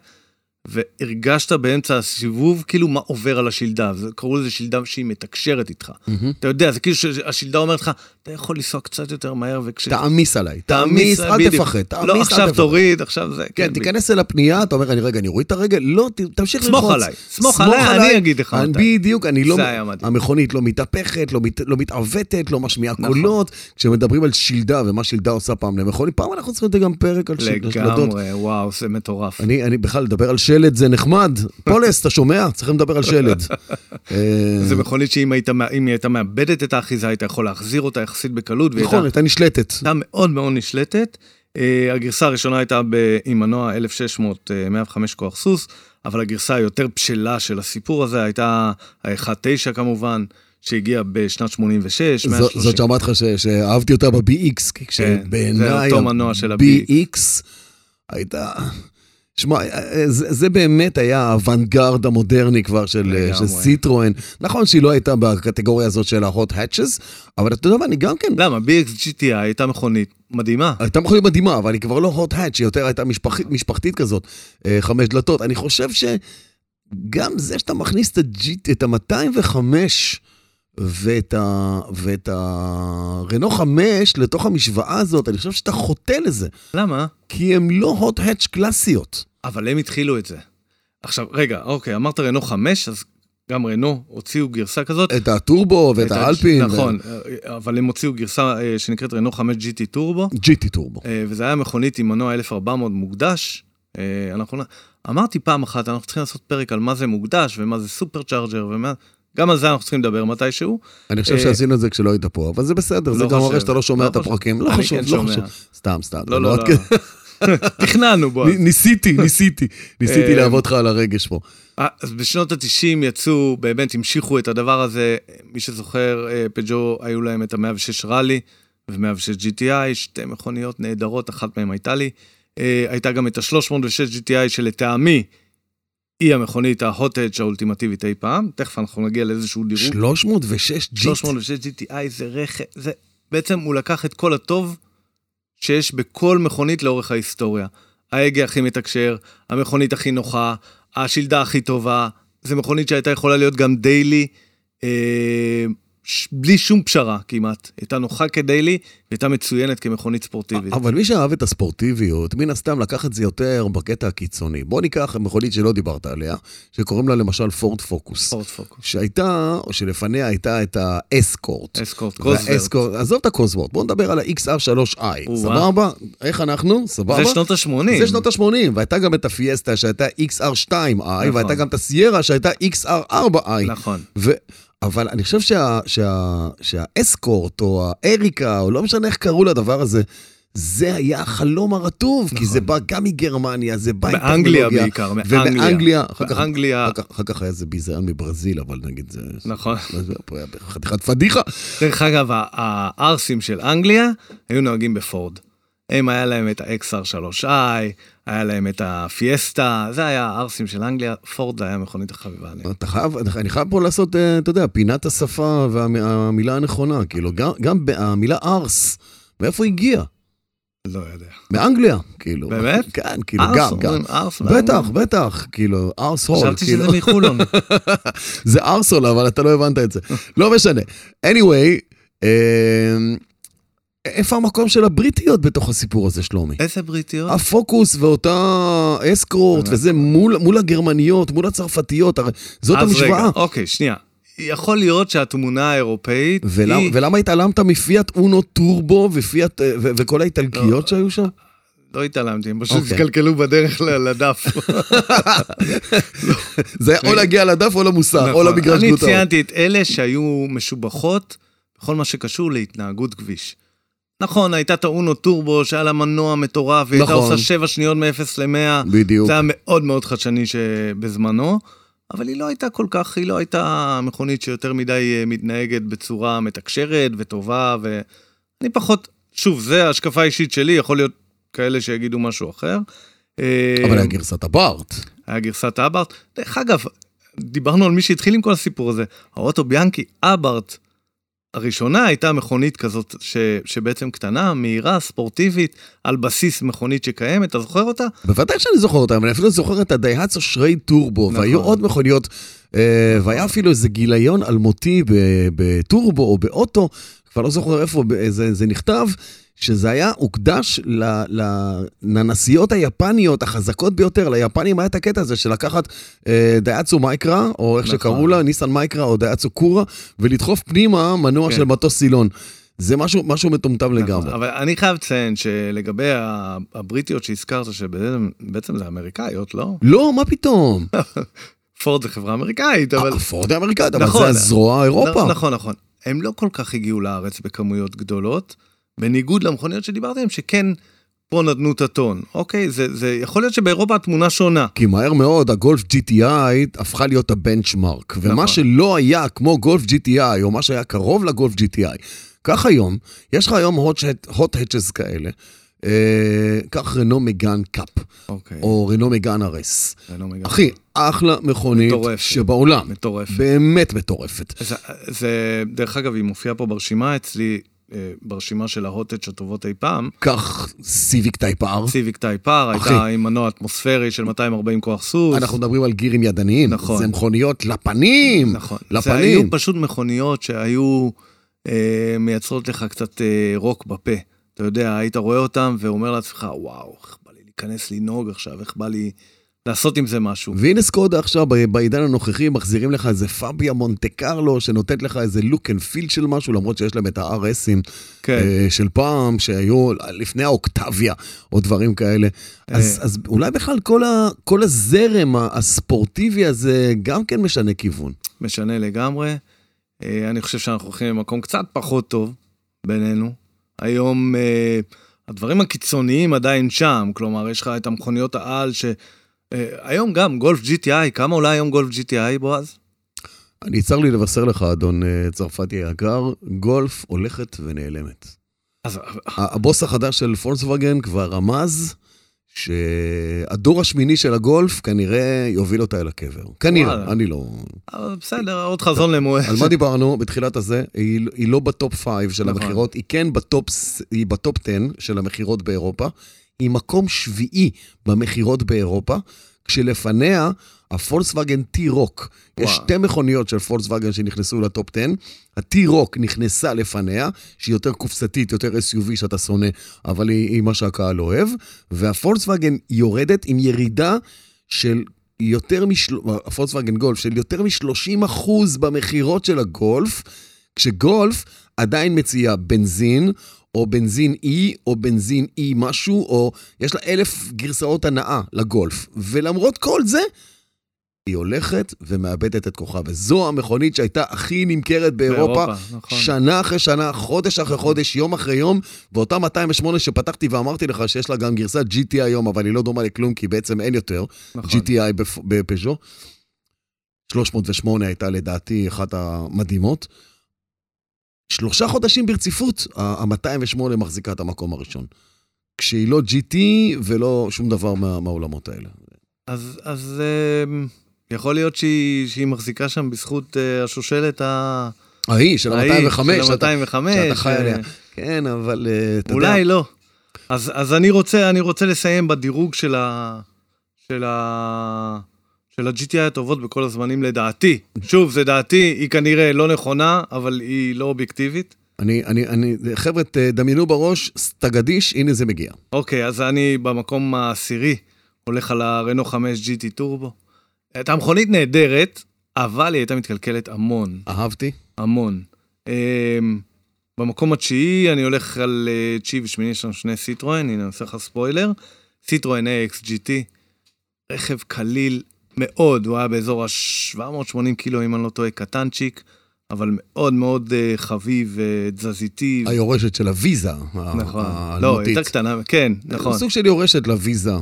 [SPEAKER 2] והרגשת באמצע הסיבוב כאילו מה עובר על השלדה, זה- קראו לזה שלדה שהיא מתקשרת איתך. אתה יודע, זה כאילו שהשלדה אומרת לך, אתה יכול לנסוע קצת יותר מהר, וכש...
[SPEAKER 1] תעמיס עליי, תעמיס, אל
[SPEAKER 2] בדיוק.
[SPEAKER 1] תפחד, תעמיס,
[SPEAKER 2] לא,
[SPEAKER 1] אל
[SPEAKER 2] עכשיו
[SPEAKER 1] תפחד.
[SPEAKER 2] תוריד, עכשיו זה.
[SPEAKER 1] כן,
[SPEAKER 2] בדיוק.
[SPEAKER 1] תיכנס אל הפנייה, אתה אומר, אני רגע, אני אוריד את הרגל? לא, ת- תמשיך
[SPEAKER 2] סמוך
[SPEAKER 1] ללחוץ.
[SPEAKER 2] עליי, סמוך עליי, אני אגיד לך
[SPEAKER 1] אני-
[SPEAKER 2] מתי.
[SPEAKER 1] בדיוק, אני לא...
[SPEAKER 2] זה היה מדהים.
[SPEAKER 1] המכונית לא מתהפכת, לא מת- לא מתעוותת, לא משמיעה
[SPEAKER 2] נכון.
[SPEAKER 1] קולות. כשמדברים על שלדה ומה שלדה עושה פעם למכונית, פעם אנחנו צריכים לתת גם פרק על שלדה. שלדות.
[SPEAKER 2] לגמרי, וואו, זה מטורף.
[SPEAKER 1] אני, אני בכלל, לדבר על שלד זה נחמד. פולס, אתה שומע? צריכים לדבר על שלד. אה,
[SPEAKER 2] זה מכונית שאם היית, מא- אם היא הייתה מאבדת את האחיזה, היית יכול להחזיר אותה יחסית בקלות, והיא
[SPEAKER 1] נכון,
[SPEAKER 2] הייתה
[SPEAKER 1] הייתה נשלטת.
[SPEAKER 2] הייתה מאוד מאוד נשלטת. אה, הגרסה הראשונה הייתה ב- עם מנוע 1600, אה, 105 כוח סוס, אבל הגרסה היותר בשלה של הסיפור הזה הייתה ה-1.9 כמובן, שהגיעה בשנת 86,
[SPEAKER 1] זו-
[SPEAKER 2] 130.
[SPEAKER 1] זאת שאמרתי לך ש- שאהבתי אותה ב-BX, כי
[SPEAKER 2] כן, זה
[SPEAKER 1] כשבעיניי...
[SPEAKER 2] אותו מנוע של
[SPEAKER 1] ה-BX הייתה... שמע, אה, זה זה באמת היה האוונגרד המודרני כבר של אה, של
[SPEAKER 2] לגמרי.
[SPEAKER 1] סיטרואן. נכון שהיא לא הייתה בקטגוריה הזאת של ההוט האצ'ס, אבל אתה יודע מה, אני גם כן...
[SPEAKER 2] למה? BXGTI הייתה מכונית מדהימה.
[SPEAKER 1] הייתה מכונית מדהימה, אבל היא כבר לא hot hatch, היא יותר הייתה משפחית, משפחתית כזאת, אה, חמש דלתות. אני חושב שגם זה שאתה מכניס את, ה-G- את ה-205 ואת, ה, ואת הרנו 5 לתוך המשוואה הזאת, אני חושב שאתה חוטא לזה,
[SPEAKER 2] למה?
[SPEAKER 1] כי הן לא hot hatch קלאסיות.
[SPEAKER 2] אבל הם התחילו את זה. עכשיו, רגע, אוקיי, אמרת רנו 5, אז גם רנו הוציאו גרסה כזאת.
[SPEAKER 1] את הטורבו ואת
[SPEAKER 2] את ה-
[SPEAKER 1] האלפין.
[SPEAKER 2] נכון, אה, אבל הם הוציאו גרסה אה, שנקראת רנו 5 GT טורבו,
[SPEAKER 1] GT טורבו.
[SPEAKER 2] אה, וזה היה מכונית עם מנוע 1400 מוקדש. אה, אנחנו נ- אמרתי פעם אחת, אנחנו צריכים לעשות פרק על מה זה מוקדש ומה זה סופר צ'ארג'ר ומה... גם על זה אנחנו צריכים לדבר מתישהו.
[SPEAKER 1] אני חושב
[SPEAKER 2] אה,
[SPEAKER 1] שעשינו את זה כשלא היית פה, אבל זה בסדר,
[SPEAKER 2] לא
[SPEAKER 1] זה גם מראה
[SPEAKER 2] חושב,
[SPEAKER 1] שאתה לא שומע
[SPEAKER 2] לא
[SPEAKER 1] את
[SPEAKER 2] חושב.
[SPEAKER 1] הפרקים. לא
[SPEAKER 2] אני
[SPEAKER 1] חשוב,
[SPEAKER 2] כן
[SPEAKER 1] לא
[SPEAKER 2] שומע.
[SPEAKER 1] חשוב. סתם, סתם.
[SPEAKER 2] לא,
[SPEAKER 1] זה
[SPEAKER 2] לא,
[SPEAKER 1] עד
[SPEAKER 2] לא.
[SPEAKER 1] כדי-
[SPEAKER 2] תכננו בו.
[SPEAKER 1] נ- ניסיתי, ניסיתי, ניסיתי
[SPEAKER 2] אה,
[SPEAKER 1] לעבוד לך על הרגש פה.
[SPEAKER 2] אז בשנות ה-90 יצאו, באמת המשיכו את הדבר הזה. מי שזוכר, אה, פג'ו, היו להם את ה-106 ראלי ו-106 GTI, שתי מכוניות נהדרות, אחת מהן הייתה לי. אה, הייתה גם את ה-306 GTI שלטעמי היא המכונית ההוטאג' האולטימטיבית אי פעם, תכף אנחנו נגיע לאיזשהו דירוג.
[SPEAKER 1] 306 ג'יט.
[SPEAKER 2] 306 GTI זה רכב, זה... בעצם הוא לקח את כל הטוב שיש בכל מכונית לאורך ההיסטוריה. ההגה הכי מתקשר, המכונית הכי נוחה, השלדה הכי טובה, זו מכונית שהייתה יכולה להיות גם דיילי, אה, ש... בלי שום פשרה כמעט. הייתה נוחה כדיילי, והייתה מצוינת כמכונית ספורטיבית.
[SPEAKER 1] אבל מי שאהב את הספורטיביות, מן הסתם לקח את זה יותר בקטע הקיצוני. בוא ניקח מכונית שלא דיברת עליה, שקוראים לה למשל פורד פוקוס.
[SPEAKER 2] ספורט פוקוס.
[SPEAKER 1] שהייתה, או שלפניה הייתה את האסקורט.
[SPEAKER 2] אסקורט, קוזוורט.
[SPEAKER 1] והאסקורט- עזוב את הקוזוורט, בוא נדבר על ה-XR3i,
[SPEAKER 2] או-אה.
[SPEAKER 1] סבבה? איך אנחנו? סבבה?
[SPEAKER 2] זה שנות ה-80.
[SPEAKER 1] זה שנות ה-80, והייתה גם את הפיאסטה שהייתה XR2i, והייתה גם את הסיירה שהייתה XR4i.
[SPEAKER 2] נכון.
[SPEAKER 1] ו... אבל אני חושב שה... שה... שהאסקורט, או האריקה, או לא משנה איך קראו לדבר הזה, זה היה החלום הרטוב, נכון. כי זה בא גם מגרמניה, זה בא עם
[SPEAKER 2] באנגליה
[SPEAKER 1] טכנולוגיה.
[SPEAKER 2] בעיקר,
[SPEAKER 1] ומאנגליה,
[SPEAKER 2] מאנגליה.
[SPEAKER 1] אחר כך-
[SPEAKER 2] באנגליה,
[SPEAKER 1] אחר כך- אחר כך היה איזה ביזיון מברזיל, אבל נגיד זה...
[SPEAKER 2] נכון.
[SPEAKER 1] זה פה היה חתיכת פדיחה.
[SPEAKER 2] דרך אגב, ה- הערסים של אנגליה היו נוהגים בפורד. הם, היה להם את ה-XR3i, היה להם את הפיאסטה, זה היה הערסים של אנגליה, פורד זה היה המכונית החביבה עליהם.
[SPEAKER 1] אתה חייב, אני חייב פה לעשות, אה, אתה יודע, פינת השפה והמילה הנכונה, כאילו, גם, גם ב- המילה ארס, מאיפה היא הגיעה?
[SPEAKER 2] לא יודע.
[SPEAKER 1] מאנגליה, כאילו.
[SPEAKER 2] באמת?
[SPEAKER 1] כן, כאילו,
[SPEAKER 2] ארס,
[SPEAKER 1] גם, גם.
[SPEAKER 2] אומרים ארס,
[SPEAKER 1] בטח,
[SPEAKER 2] אומרים-
[SPEAKER 1] בטח, כאילו, ארס הול,
[SPEAKER 2] חשבתי
[SPEAKER 1] כאילו,
[SPEAKER 2] שזה מחולון.
[SPEAKER 1] זה ארסול, אבל אתה לא הבנת את זה. לא משנה. anyway, אמ, איפה המקום של הבריטיות בתוך הסיפור הזה, שלומי?
[SPEAKER 2] איזה
[SPEAKER 1] אה,
[SPEAKER 2] בריטיות?
[SPEAKER 1] הפוקוס ואותה אסקורט
[SPEAKER 2] באמת.
[SPEAKER 1] וזה מול, מול הגרמניות, מול הצרפתיות, הרי זאת
[SPEAKER 2] אז
[SPEAKER 1] המשוואה.
[SPEAKER 2] רגע, אוקיי, שנייה. יכול להיות שהתמונה האירופאית
[SPEAKER 1] ולמה,
[SPEAKER 2] היא...
[SPEAKER 1] ולמה התעלמת מפיאט אונו טורבו ופיאט, אה, ו- וכל האיטלקיות שהיו שם?
[SPEAKER 2] לא התעלמתי, הם פשוט
[SPEAKER 1] אוקיי.
[SPEAKER 2] התקלקלו בדרך ל- לדף.
[SPEAKER 1] זה היה או להגיע לדף או למוסר, או
[SPEAKER 2] נכון.
[SPEAKER 1] למגרש
[SPEAKER 2] אני
[SPEAKER 1] גוטאות.
[SPEAKER 2] ציינתי את אלה שהיו משובחות בכל מה שקשור להתנהגות כביש. נכון, הייתה את האונו טורבו שהיה לה מנוע מטורף, והיא הייתה
[SPEAKER 1] נכון.
[SPEAKER 2] עושה 7 שניות מ-0 ל-100,
[SPEAKER 1] בדיוק.
[SPEAKER 2] זה היה מאוד מאוד חדשני שבזמנו, אבל היא לא הייתה כל כך, היא לא הייתה מכונית שיותר מדי אה, מתנהגת בצורה מתקשרת וטובה, ואני פחות, שוב, זה ההשקפה האישית שלי, יכול להיות כאלה שיגידו משהו אחר. אה,
[SPEAKER 1] אבל היה גרסת הברט.
[SPEAKER 2] היה גרסת אברט. דרך אגב, דיברנו על מי שהתחיל עם כל הסיפור הזה. האוטו ביאנקי אברט, הראשונה הייתה מכונית כזאת ש, שבעצם קטנה, מהירה, ספורטיבית, על בסיס מכונית שקיימת, אתה זוכר אותה?
[SPEAKER 1] בוודאי שאני זוכר אותם, אני אפילו זוכר את הדייהצו שרי טורבו,
[SPEAKER 2] נכון.
[SPEAKER 1] והיו עוד מכוניות, אה, והיה אפילו איזה גיליון אלמותי ב- בטורבו או באוטו, כבר לא זוכר איפה ב- זה, זה נכתב, שזה היה הוקדש ל- לננסיות היפניות החזקות ביותר, ליפנים היה את הקטע הזה של לקחת אה, דייהצו מייקרה, או איך
[SPEAKER 2] נכון.
[SPEAKER 1] שקראו לה, ניסן מייקרה או דייהצו קורה, ולדחוף פנימה מנוע
[SPEAKER 2] כן.
[SPEAKER 1] של
[SPEAKER 2] נכון.
[SPEAKER 1] מטוס סילון. זה משהו, משהו מטומטם לגמרי.
[SPEAKER 2] אבל אני חייב לציין שלגבי ה- הבריטיות שהזכרת, שבעצם בעצם זה אמריקאיות, לא?
[SPEAKER 1] לא, מה פתאום?
[SPEAKER 2] פורד זה חברה אמריקאית, אבל...
[SPEAKER 1] הפורד האמריקאית, אבל
[SPEAKER 2] נכון.
[SPEAKER 1] זה הזרוע האירופה.
[SPEAKER 2] נ- נכון, נכון. הם לא כל כך הגיעו לארץ בכמויות גדולות, בניגוד למכוניות שדיברתי עליהן, שכן פה נתנו את הטון. אוקיי, זה, זה יכול להיות שבאירופה התמונה שונה.
[SPEAKER 1] כי מהר מאוד הגולף GTI הפכה להיות הבנצ'מארק, ומה
[SPEAKER 2] נכון.
[SPEAKER 1] שלא היה כמו גולף GTI, או מה שהיה קרוב לגולף GTI, כך היום, יש לך היום הוט-האצ'ס כאלה, אה, קח רנו מגן קאפ,
[SPEAKER 2] אוקיי.
[SPEAKER 1] או רנו מגן RS.
[SPEAKER 2] זה לא מגע.
[SPEAKER 1] אחי, אחלה מכונית
[SPEAKER 2] מטורפת.
[SPEAKER 1] שבעולם,
[SPEAKER 2] מטורף.
[SPEAKER 1] באמת מטורפת.
[SPEAKER 2] זה, זה, דרך אגב, היא מופיעה פה ברשימה אצלי, אה, ברשימה של ההוטג' הטובות אי פעם.
[SPEAKER 1] קח סיביק טייפ R,
[SPEAKER 2] סיביק טייפר, הייתה
[SPEAKER 1] אחי.
[SPEAKER 2] עם מנוע אטמוספרי של 240 כוח סוס.
[SPEAKER 1] אנחנו מדברים על גירים ידניים,
[SPEAKER 2] נכון.
[SPEAKER 1] זה מכוניות לפנים,
[SPEAKER 2] נכון. זה היו
[SPEAKER 1] לפנים.
[SPEAKER 2] פשוט מכוניות שהיו אה, מייצרות לך קצת אה, רוק בפה. אתה יודע, היית רואה אותם ואומר לעצמך, וואו, איך בא לי להיכנס לנהוג עכשיו, איך בא לי לעשות עם זה משהו.
[SPEAKER 1] והנה סקודה עכשיו, ב- בעידן הנוכחי, מחזירים לך איזה פאביה מונטה קרלו, שנותנת לך איזה לוק אנד פיל של משהו, למרות שיש להם את ה-RSים
[SPEAKER 2] כן.
[SPEAKER 1] אה, של פעם, שהיו לפני האוקטביה, או דברים כאלה. אז, אז אולי בכלל כל, ה, כל הזרם ה- הספורטיבי הזה גם כן משנה כיוון.
[SPEAKER 2] משנה לגמרי. אה, אני חושב שאנחנו הולכים למקום קצת פחות טוב בינינו. היום אה, הדברים הקיצוניים עדיין שם, כלומר, יש לך את המכוניות העל ש... אה, היום גם גולף GTI, כמה עולה היום גולף GTI, בועז?
[SPEAKER 1] אני צר לי לבשר לך, אדון אה, צרפתי היקר, גולף הולכת ונעלמת.
[SPEAKER 2] אז
[SPEAKER 1] ה- הבוס החדש של פולקסווגן כבר רמז שהדור השמיני של הגולף כנראה יוביל אותה אל הקבר. כנראה,
[SPEAKER 2] וואלה.
[SPEAKER 1] אני לא...
[SPEAKER 2] אבל בסדר, עוד חזון למועד.
[SPEAKER 1] על מה דיברנו בתחילת הזה? היא, היא לא בטופ 5 של
[SPEAKER 2] נכון.
[SPEAKER 1] המכירות, היא כן בטופ, ס- היא בטופ 10 של המכירות באירופה. היא מקום שביעי במכירות באירופה, כשלפניה הפולקסווגן T-Rock. יש
[SPEAKER 2] וואו.
[SPEAKER 1] שתי מכוניות של פולקסווגן שנכנסו לטופ 10. ה-T-Rock נכנסה לפניה, שהיא יותר קופסתית, יותר SUV שאתה שונא, אבל היא, היא מה שהקהל אוהב. והפולקסווגן יורדת עם ירידה של יותר משל... הפולקסווגן גולף, של יותר מ-30 אחוז במכירות של הגולף, כשגולף עדיין מציעה בנזין, או בנזין E, או בנזין E משהו, או יש לה אלף גרסאות הנאה לגולף. ולמרות כל זה, היא הולכת ומאבדת את כוחה, וזו המכונית שהייתה הכי נמכרת באירופה,
[SPEAKER 2] נכון.
[SPEAKER 1] שנה אחרי שנה, חודש אחרי חודש, יום אחרי יום, ואותה 208 שפתחתי ואמרתי לך שיש לה גם גרסת GTI היום, אבל היא לא דומה לכלום, כי בעצם אין יותר
[SPEAKER 2] נכון.
[SPEAKER 1] GTI בפ- בפז'ו. 308 הייתה לדעתי אחת המדהימות. שלושה חודשים ברציפות, ה-208 מחזיקה את המקום הראשון. כשהיא לא GT ולא שום דבר מה, מהעולמות האלה.
[SPEAKER 2] אז, אז אמ, יכול להיות שהיא, שהיא מחזיקה שם בזכות אה, השושלת ה...
[SPEAKER 1] ההיא, של
[SPEAKER 2] ההיא,
[SPEAKER 1] ה-205,
[SPEAKER 2] של
[SPEAKER 1] שאתה,
[SPEAKER 2] ה-205.
[SPEAKER 1] שאתה חי
[SPEAKER 2] אה,
[SPEAKER 1] עליה. כן, אבל אה, אתה יודע...
[SPEAKER 2] אולי לא. אז, אז אני, רוצה, אני רוצה לסיים בדירוג של ה... של ה... של ה-GTI הטובות בכל הזמנים לדעתי. שוב, זה דעתי, היא כנראה לא נכונה, אבל היא לא אובייקטיבית.
[SPEAKER 1] אני, אני, אני, חבר'ה, תדמיינו בראש, סטגדיש, הנה זה מגיע.
[SPEAKER 2] אוקיי, אז אני במקום העשירי הולך על הרנו 5 GT טורבו. הייתה מכונית נהדרת, אבל היא הייתה מתקלקלת המון.
[SPEAKER 1] אהבתי.
[SPEAKER 2] המון. אמ, במקום התשיעי אני הולך על אה, תשיעי ושמיני, יש לנו שני סיטרואן, הנה אני עושה לך ספוילר. סיטרואן AXGT, רכב קליל מאוד, הוא היה באזור ה-780 קילו, אם אני לא טועה, קטנצ'יק, אבל מאוד מאוד אה, חביב, אה, תזזיתי.
[SPEAKER 1] היורשת של הוויזה.
[SPEAKER 2] נכון. לא,
[SPEAKER 1] האלמותית.
[SPEAKER 2] יותר קטנה, כן, נכון.
[SPEAKER 1] סוג של יורשת לוויזה.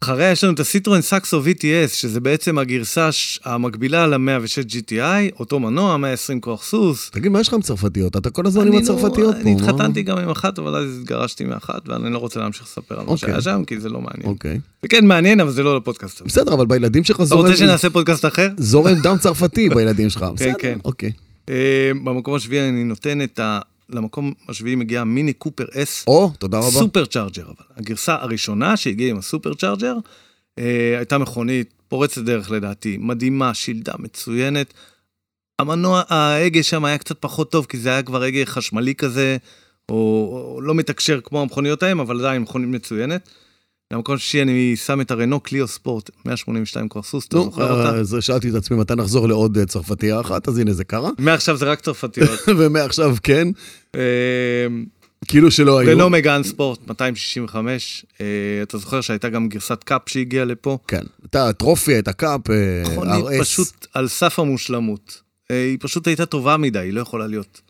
[SPEAKER 2] אחריה יש לנו את הסיטרואן סקסו VTS, שזה בעצם הגרסה ש- המקבילה ל-106 GTI, אותו מנוע, 120 כוח סוס.
[SPEAKER 1] תגיד, מה יש לך עם צרפתיות? אתה כל הזמן עם
[SPEAKER 2] אני
[SPEAKER 1] הצרפתיות
[SPEAKER 2] לא,
[SPEAKER 1] פה.
[SPEAKER 2] אני
[SPEAKER 1] מה?
[SPEAKER 2] התחתנתי גם עם אחת, אבל אז התגרשתי מאחת, ואני לא רוצה להמשיך לספר על מה
[SPEAKER 1] אוקיי.
[SPEAKER 2] שהיה שם, כי זה לא מעניין.
[SPEAKER 1] אוקיי.
[SPEAKER 2] זה כן מעניין, אבל זה לא לפודקאסט הזה.
[SPEAKER 1] בסדר, אבל בילדים שלך
[SPEAKER 2] אתה
[SPEAKER 1] זורם...
[SPEAKER 2] רוצה שנעשה פודקאסט אחר?
[SPEAKER 1] זורם דם צרפתי בילדים שלך. בסדר,
[SPEAKER 2] כן.
[SPEAKER 1] אוקיי.
[SPEAKER 2] אה, במקום השביעי אני נותן את ה... למקום השביעי מגיעה מיני קופר אס,
[SPEAKER 1] או, תודה רבה.
[SPEAKER 2] סופר צ'ארג'ר, אבל הגרסה הראשונה שהגיעה עם הסופר צ'ארג'ר, אה, הייתה מכונית פורצת דרך לדעתי, מדהימה, שילדה מצוינת. המנוע, ההגה שם היה קצת פחות טוב, כי זה היה כבר הגה חשמלי כזה, או, או לא מתקשר כמו המכוניות ההם, אבל עדיין מכונית מצוינת. למקום שישי אני שם את הרנו קליו ספורט, 182 כבר סוס, אתה
[SPEAKER 1] נו,
[SPEAKER 2] זוכר אותה?
[SPEAKER 1] אה, זה- שאלתי את עצמי מתי נחזור לעוד אה, צרפתייה אחת, אז הנה זה קרה.
[SPEAKER 2] מעכשיו זה רק צרפתיות.
[SPEAKER 1] ומעכשיו כן,
[SPEAKER 2] אה,
[SPEAKER 1] כאילו שלא היו.
[SPEAKER 2] רנו מגן ספורט, 265, אה, אתה זוכר שהייתה גם גרסת קאפ שהגיעה לפה?
[SPEAKER 1] כן. הייתה הטרופי, את הקאפ, אה,
[SPEAKER 2] נכון,
[SPEAKER 1] RS.
[SPEAKER 2] היא פשוט על סף המושלמות. אה, היא פשוט הייתה טובה מדי, היא לא יכולה להיות.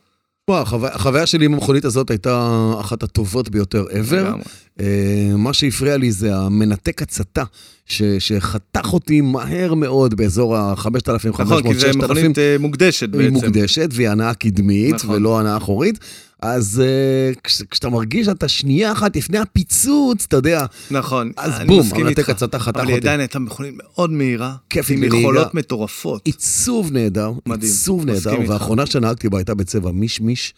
[SPEAKER 1] וואו, החוויה- החוויה שלי עם המכונית הזאת הייתה אחת הטובות ביותר ever.
[SPEAKER 2] לגמרי.
[SPEAKER 1] אה, מה שהפריע לי זה המנתק הצתה, ש- שחתך אותי מהר מאוד באזור ה-5,500-6,000.
[SPEAKER 2] נכון, כי זו מכונית אה, מוקדשת
[SPEAKER 1] היא
[SPEAKER 2] בעצם.
[SPEAKER 1] מוקדשת, והיא הנעה קדמית
[SPEAKER 2] נכון.
[SPEAKER 1] ולא הנעה אחורית. אז אה, כש- כשאתה מרגיש שאתה שנייה אחת לפני הפיצוץ, אתה יודע,
[SPEAKER 2] נכון,
[SPEAKER 1] אז
[SPEAKER 2] אני
[SPEAKER 1] בום,
[SPEAKER 2] מסכים
[SPEAKER 1] המנתק
[SPEAKER 2] איתך.
[SPEAKER 1] הצתה חתך
[SPEAKER 2] אבל היא
[SPEAKER 1] אותי.
[SPEAKER 2] עדיין הייתה מכונית מאוד מהירה,
[SPEAKER 1] כיפית
[SPEAKER 2] עם
[SPEAKER 1] לנהיגה.
[SPEAKER 2] יכולות מטורפות.
[SPEAKER 1] עיצוב נהדר,
[SPEAKER 2] מדהים,
[SPEAKER 1] עיצוב נהדר,
[SPEAKER 2] מסכים איתך.
[SPEAKER 1] והאחרונה שנהגתי בה הייתה בצבע מישמיש.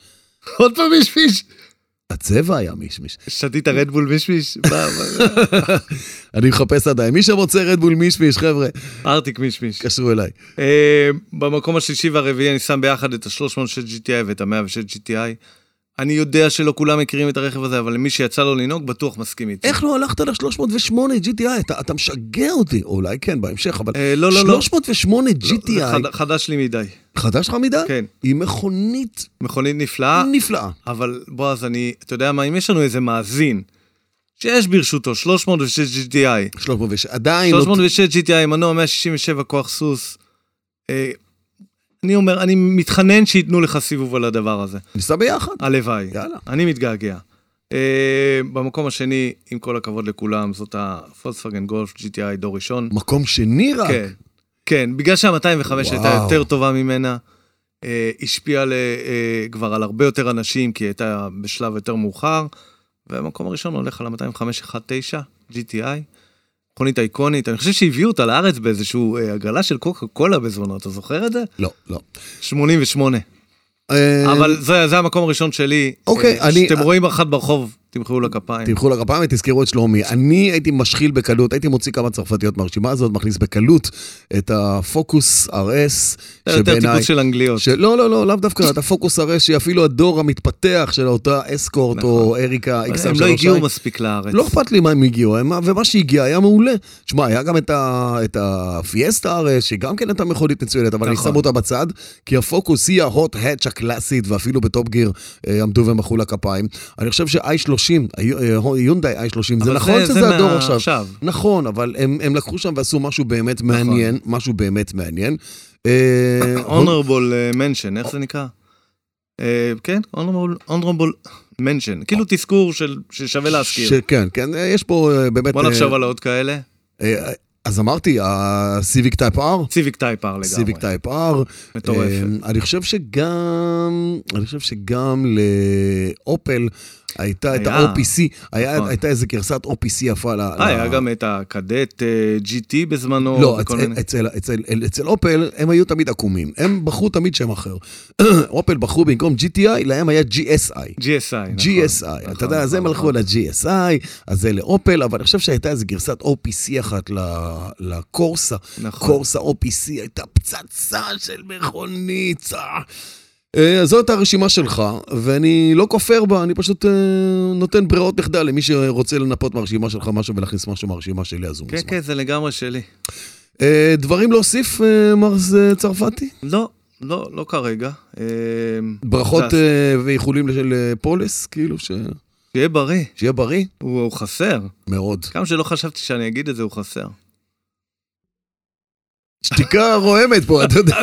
[SPEAKER 2] עוד פעם מישמיש.
[SPEAKER 1] הצבע היה מישמיש.
[SPEAKER 2] שתית רדבול מישמיש? מה, מה,
[SPEAKER 1] אני מחפש עדיין. מי שרוצה רדבול מישמיש, חבר'ה,
[SPEAKER 2] ארטיק מישמיש.
[SPEAKER 1] תתקשרו אליי.
[SPEAKER 2] אה, במקום השלישי והרביעי אני שם ביחד את ה-306 GTI ואת ה-106 GTI. אני יודע שלא כולם מכירים את הרכב הזה, אבל למי שיצא לו לנהוג בטוח מסכים איתי.
[SPEAKER 1] איך לא הלכת ל-308 GTI? אתה, אתה משגע אותי. אולי כן, בהמשך, אבל...
[SPEAKER 2] אה, לא, לא, לא.
[SPEAKER 1] 308
[SPEAKER 2] זה
[SPEAKER 1] GTI,
[SPEAKER 2] חד- חדש לי מדי.
[SPEAKER 1] חדש לך מדי?
[SPEAKER 2] כן. אה.
[SPEAKER 1] היא מכונית
[SPEAKER 2] מכונית נפלאה,
[SPEAKER 1] נפלאה.
[SPEAKER 2] אבל בועז, אני, אתה יודע מה, אם יש לנו איזה מאזין שיש ברשותו 306 GTI,
[SPEAKER 1] 306, עדיין... לא-
[SPEAKER 2] 306 GTI, מנוע 167 כוח סוס, אה, אני אומר, אני מתחנן שייתנו לך סיבוב על הדבר הזה.
[SPEAKER 1] ניסע ביחד.
[SPEAKER 2] הלוואי.
[SPEAKER 1] יאללה.
[SPEAKER 2] אני מתגעגע. אה, במקום השני, עם כל הכבוד לכולם, זאת הפולקסווגן גולף GTI דור ראשון.
[SPEAKER 1] מקום שני רק.
[SPEAKER 2] כן, כן, בגלל שה-205 הייתה
[SPEAKER 1] וואו.
[SPEAKER 2] יותר טובה ממנה, אה, השפיעה ל, אה, כבר על הרבה יותר אנשים, כי היא הייתה בשלב יותר מאוחר, והמקום הראשון הולך על ה-205-19, GTI, מכונית אייקונית, אני חושב שהביאו אותה לארץ באיזשהו אה, עגלה של קוקה קולה בזמנו, אתה זוכר את זה?
[SPEAKER 1] לא, לא.
[SPEAKER 2] 88.
[SPEAKER 1] אה,
[SPEAKER 2] אבל זה, זה המקום הראשון שלי.
[SPEAKER 1] אוקיי,
[SPEAKER 2] אה,
[SPEAKER 1] אני-
[SPEAKER 2] כשאתם רואים אחת ברחוב, תמחאו לה כפיים.
[SPEAKER 1] תמחו לגפיים ותזכרו את שלומי. אני הייתי משחיל בקלות, הייתי מוציא כמה צרפתיות מהרשימה הזאת, מכניס בקלות את הפוקוס RS,
[SPEAKER 2] זה יותר טיפוס של אנגליות.
[SPEAKER 1] ש... לא, לא, לא, לאו דווקא, את הפוקוס הרי שהיא אפילו הדור המתפתח של אותה אסקורט או אריקה
[SPEAKER 2] אבל
[SPEAKER 1] XM3.
[SPEAKER 2] הם לא הגיעו מספיק לארץ.
[SPEAKER 1] לא אכפת לי מה הם הגיעו, הם, ומה שהגיע היה מעולה. תשמע, היה גם את, ה, את הפיאסטה הרי, שגם כן הייתה מכונית מצוינת, אבל אני
[SPEAKER 2] נכון.
[SPEAKER 1] שם אותה בצד, כי הפוקוס היא ההוט האץ' הקלאסית, ואפילו בטופ גיר אה, עמדו ומחאו לה כפיים. אני חושב ש-i30, אה, יונדאי i30, זה
[SPEAKER 2] אבל
[SPEAKER 1] נכון
[SPEAKER 2] זה-
[SPEAKER 1] שזה
[SPEAKER 2] זה
[SPEAKER 1] הדור
[SPEAKER 2] מה-
[SPEAKER 1] עכשיו.
[SPEAKER 2] עכשיו.
[SPEAKER 1] נכון, אבל הם, הם לקחו שם ועשו משהו באמת מעניין,
[SPEAKER 2] נכון.
[SPEAKER 1] משהו באמת מעניין. אה,
[SPEAKER 2] honorable אה, mention, איך זה נקרא? אה, כן, honorable- honorable mention. כאילו תזכור של- ששווה
[SPEAKER 1] ש-
[SPEAKER 2] להזכיר.
[SPEAKER 1] כן, כן, אה, יש פה אה, באמת...
[SPEAKER 2] בוא
[SPEAKER 1] אה,
[SPEAKER 2] נחשוב על עוד כאלה.
[SPEAKER 1] אה, אז אמרתי, ה-Civic Type R,
[SPEAKER 2] ציוויק טייפ R לגמרי.
[SPEAKER 1] סיביק טייפ R.
[SPEAKER 2] מטורפת.
[SPEAKER 1] אה, אני חושב שגם, אני חושב שגם לאופל הייתה את
[SPEAKER 2] היה.
[SPEAKER 1] ה-OPC, היה-
[SPEAKER 2] נכון.
[SPEAKER 1] הייתה איזה גרסת OPC יפה. ל- ל-
[SPEAKER 2] אה, היה גם את הקדט אה, GT בזמנו.
[SPEAKER 1] לא,
[SPEAKER 2] וכל
[SPEAKER 1] אצל-
[SPEAKER 2] מיני.
[SPEAKER 1] אצל- אצל- אל- אצל אופל הם היו תמיד עקומים, הם בחרו תמיד שם אחר. אופל בחרו במקום GTI, להם היה GSI.
[SPEAKER 2] GSI, נכון.
[SPEAKER 1] GSI, אתה
[SPEAKER 2] נכון,
[SPEAKER 1] יודע, אז הם
[SPEAKER 2] נכון,
[SPEAKER 1] הלכו ל-GSI, אז זה לאופל, אבל אני חושב שהייתה איזה גרסת OPC אחת ל- לקורסה.
[SPEAKER 2] נכון.
[SPEAKER 1] קורסה OPC הייתה פצצה של מכונית. אה. אה, אז זאת הרשימה שלך, ואני לא כופר בה, אני פשוט אה, נותן ברירות מחדל למי שרוצה לנפות מהרשימה שלך משהו ולהכניס משהו מהרשימה שלי, אז הוא
[SPEAKER 2] כן,
[SPEAKER 1] מוזמן.
[SPEAKER 2] כן, זה לגמרי שלי.
[SPEAKER 1] אה, דברים להוסיף, אה, מר ז- צרפתי?
[SPEAKER 2] לא, לא, לא כרגע. אה,
[SPEAKER 1] ברכות
[SPEAKER 2] זה-
[SPEAKER 1] אה, ואיחולים של אה, פולס, כאילו, ש-
[SPEAKER 2] שיהיה בריא,
[SPEAKER 1] שיהיה בריא.
[SPEAKER 2] הוא הוא חסר.
[SPEAKER 1] מאוד.
[SPEAKER 2] כמה שלא חשבתי שאני אגיד את זה, הוא חסר.
[SPEAKER 1] כן. שתיקה רועמת פה, אתה יודע.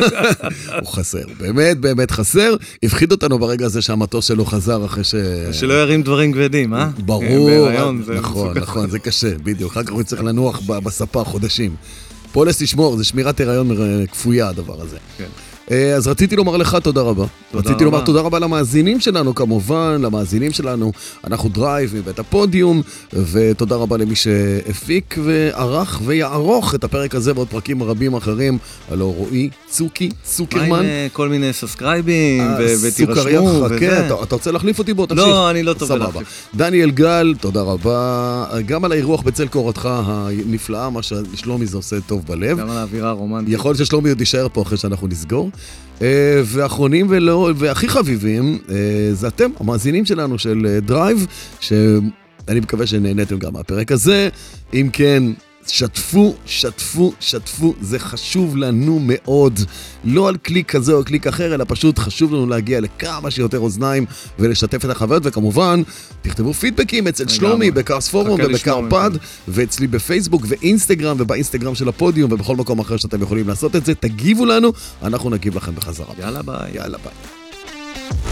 [SPEAKER 1] הוא חסר, באמת באמת חסר. הפחיד אותנו ברגע הזה שהמטוס שלו חזר אחרי ש...
[SPEAKER 2] שלא ירים דברים כבדים, אה?
[SPEAKER 1] ברור,
[SPEAKER 2] אה, בהיריון, זה
[SPEAKER 1] נכון,
[SPEAKER 2] מסוכן.
[SPEAKER 1] נכון, זה קשה, בדיוק. אחר כך הוא צריך לנוח ב- בספה חודשים. פולס תשמור, זה שמירת הריון מר- כפויה הדבר הזה.
[SPEAKER 2] כן.
[SPEAKER 1] אה, אז רציתי לומר לך תודה רבה.
[SPEAKER 2] תודה
[SPEAKER 1] רציתי לומר
[SPEAKER 2] רבה.
[SPEAKER 1] תודה רבה למאזינים שלנו כמובן, למאזינים שלנו. אנחנו דרייב מבית הפודיום, ותודה רבה למי שהפיק וערך ויערוך את הפרק הזה ועוד פרקים רבים אחרים. הלו רועי צוקי
[SPEAKER 2] מה
[SPEAKER 1] צוקרמן.
[SPEAKER 2] עם אה, כל מיני סאסקרייבים, ו-
[SPEAKER 1] אה, סוכריה,
[SPEAKER 2] ותירשמו,
[SPEAKER 1] חכה,
[SPEAKER 2] וזה.
[SPEAKER 1] אתה- אתה רוצה להחליף אותי בו? תמשיך.
[SPEAKER 2] לא, אני לא טוב
[SPEAKER 1] סבבה.
[SPEAKER 2] בלהחליף.
[SPEAKER 1] דניאל גל, תודה רבה. גם על האירוח בצל קורתך הנפלאה, מה ששלומי זה עושה טוב בלב.
[SPEAKER 2] גם על האווירה הרומנטית.
[SPEAKER 1] יכול להיות ששלומי עוד יישאר פה אחרי שאנחנו נסגור. אה, ואחרונים ולא, והכי חביבים, אה, זה אתם, המאזינים שלנו של אה, דרייב, שאני מקווה שנהניתם גם מהפרק הזה. אם כן... שתפו, שתפו, שתפו, זה חשוב לנו מאוד. לא על קליק כזה או קליק אחר, אלא פשוט חשוב לנו להגיע לכמה שיותר אוזניים ולשתף את החברות, וכמובן, תכתבו פידבקים אצל
[SPEAKER 2] לגמרי.
[SPEAKER 1] שלומי בקארס פורום
[SPEAKER 2] חכה לשמוע
[SPEAKER 1] ובקארפד,
[SPEAKER 2] ממך.
[SPEAKER 1] ואצלי בפייסבוק ואינסטגרם ובאינסטגרם של הפודיום ובכל מקום אחר שאתם יכולים לעשות את זה, תגיבו לנו, אנחנו נגיב לכם בחזרה.
[SPEAKER 2] יאללה, ביי.
[SPEAKER 1] יאללה ביי.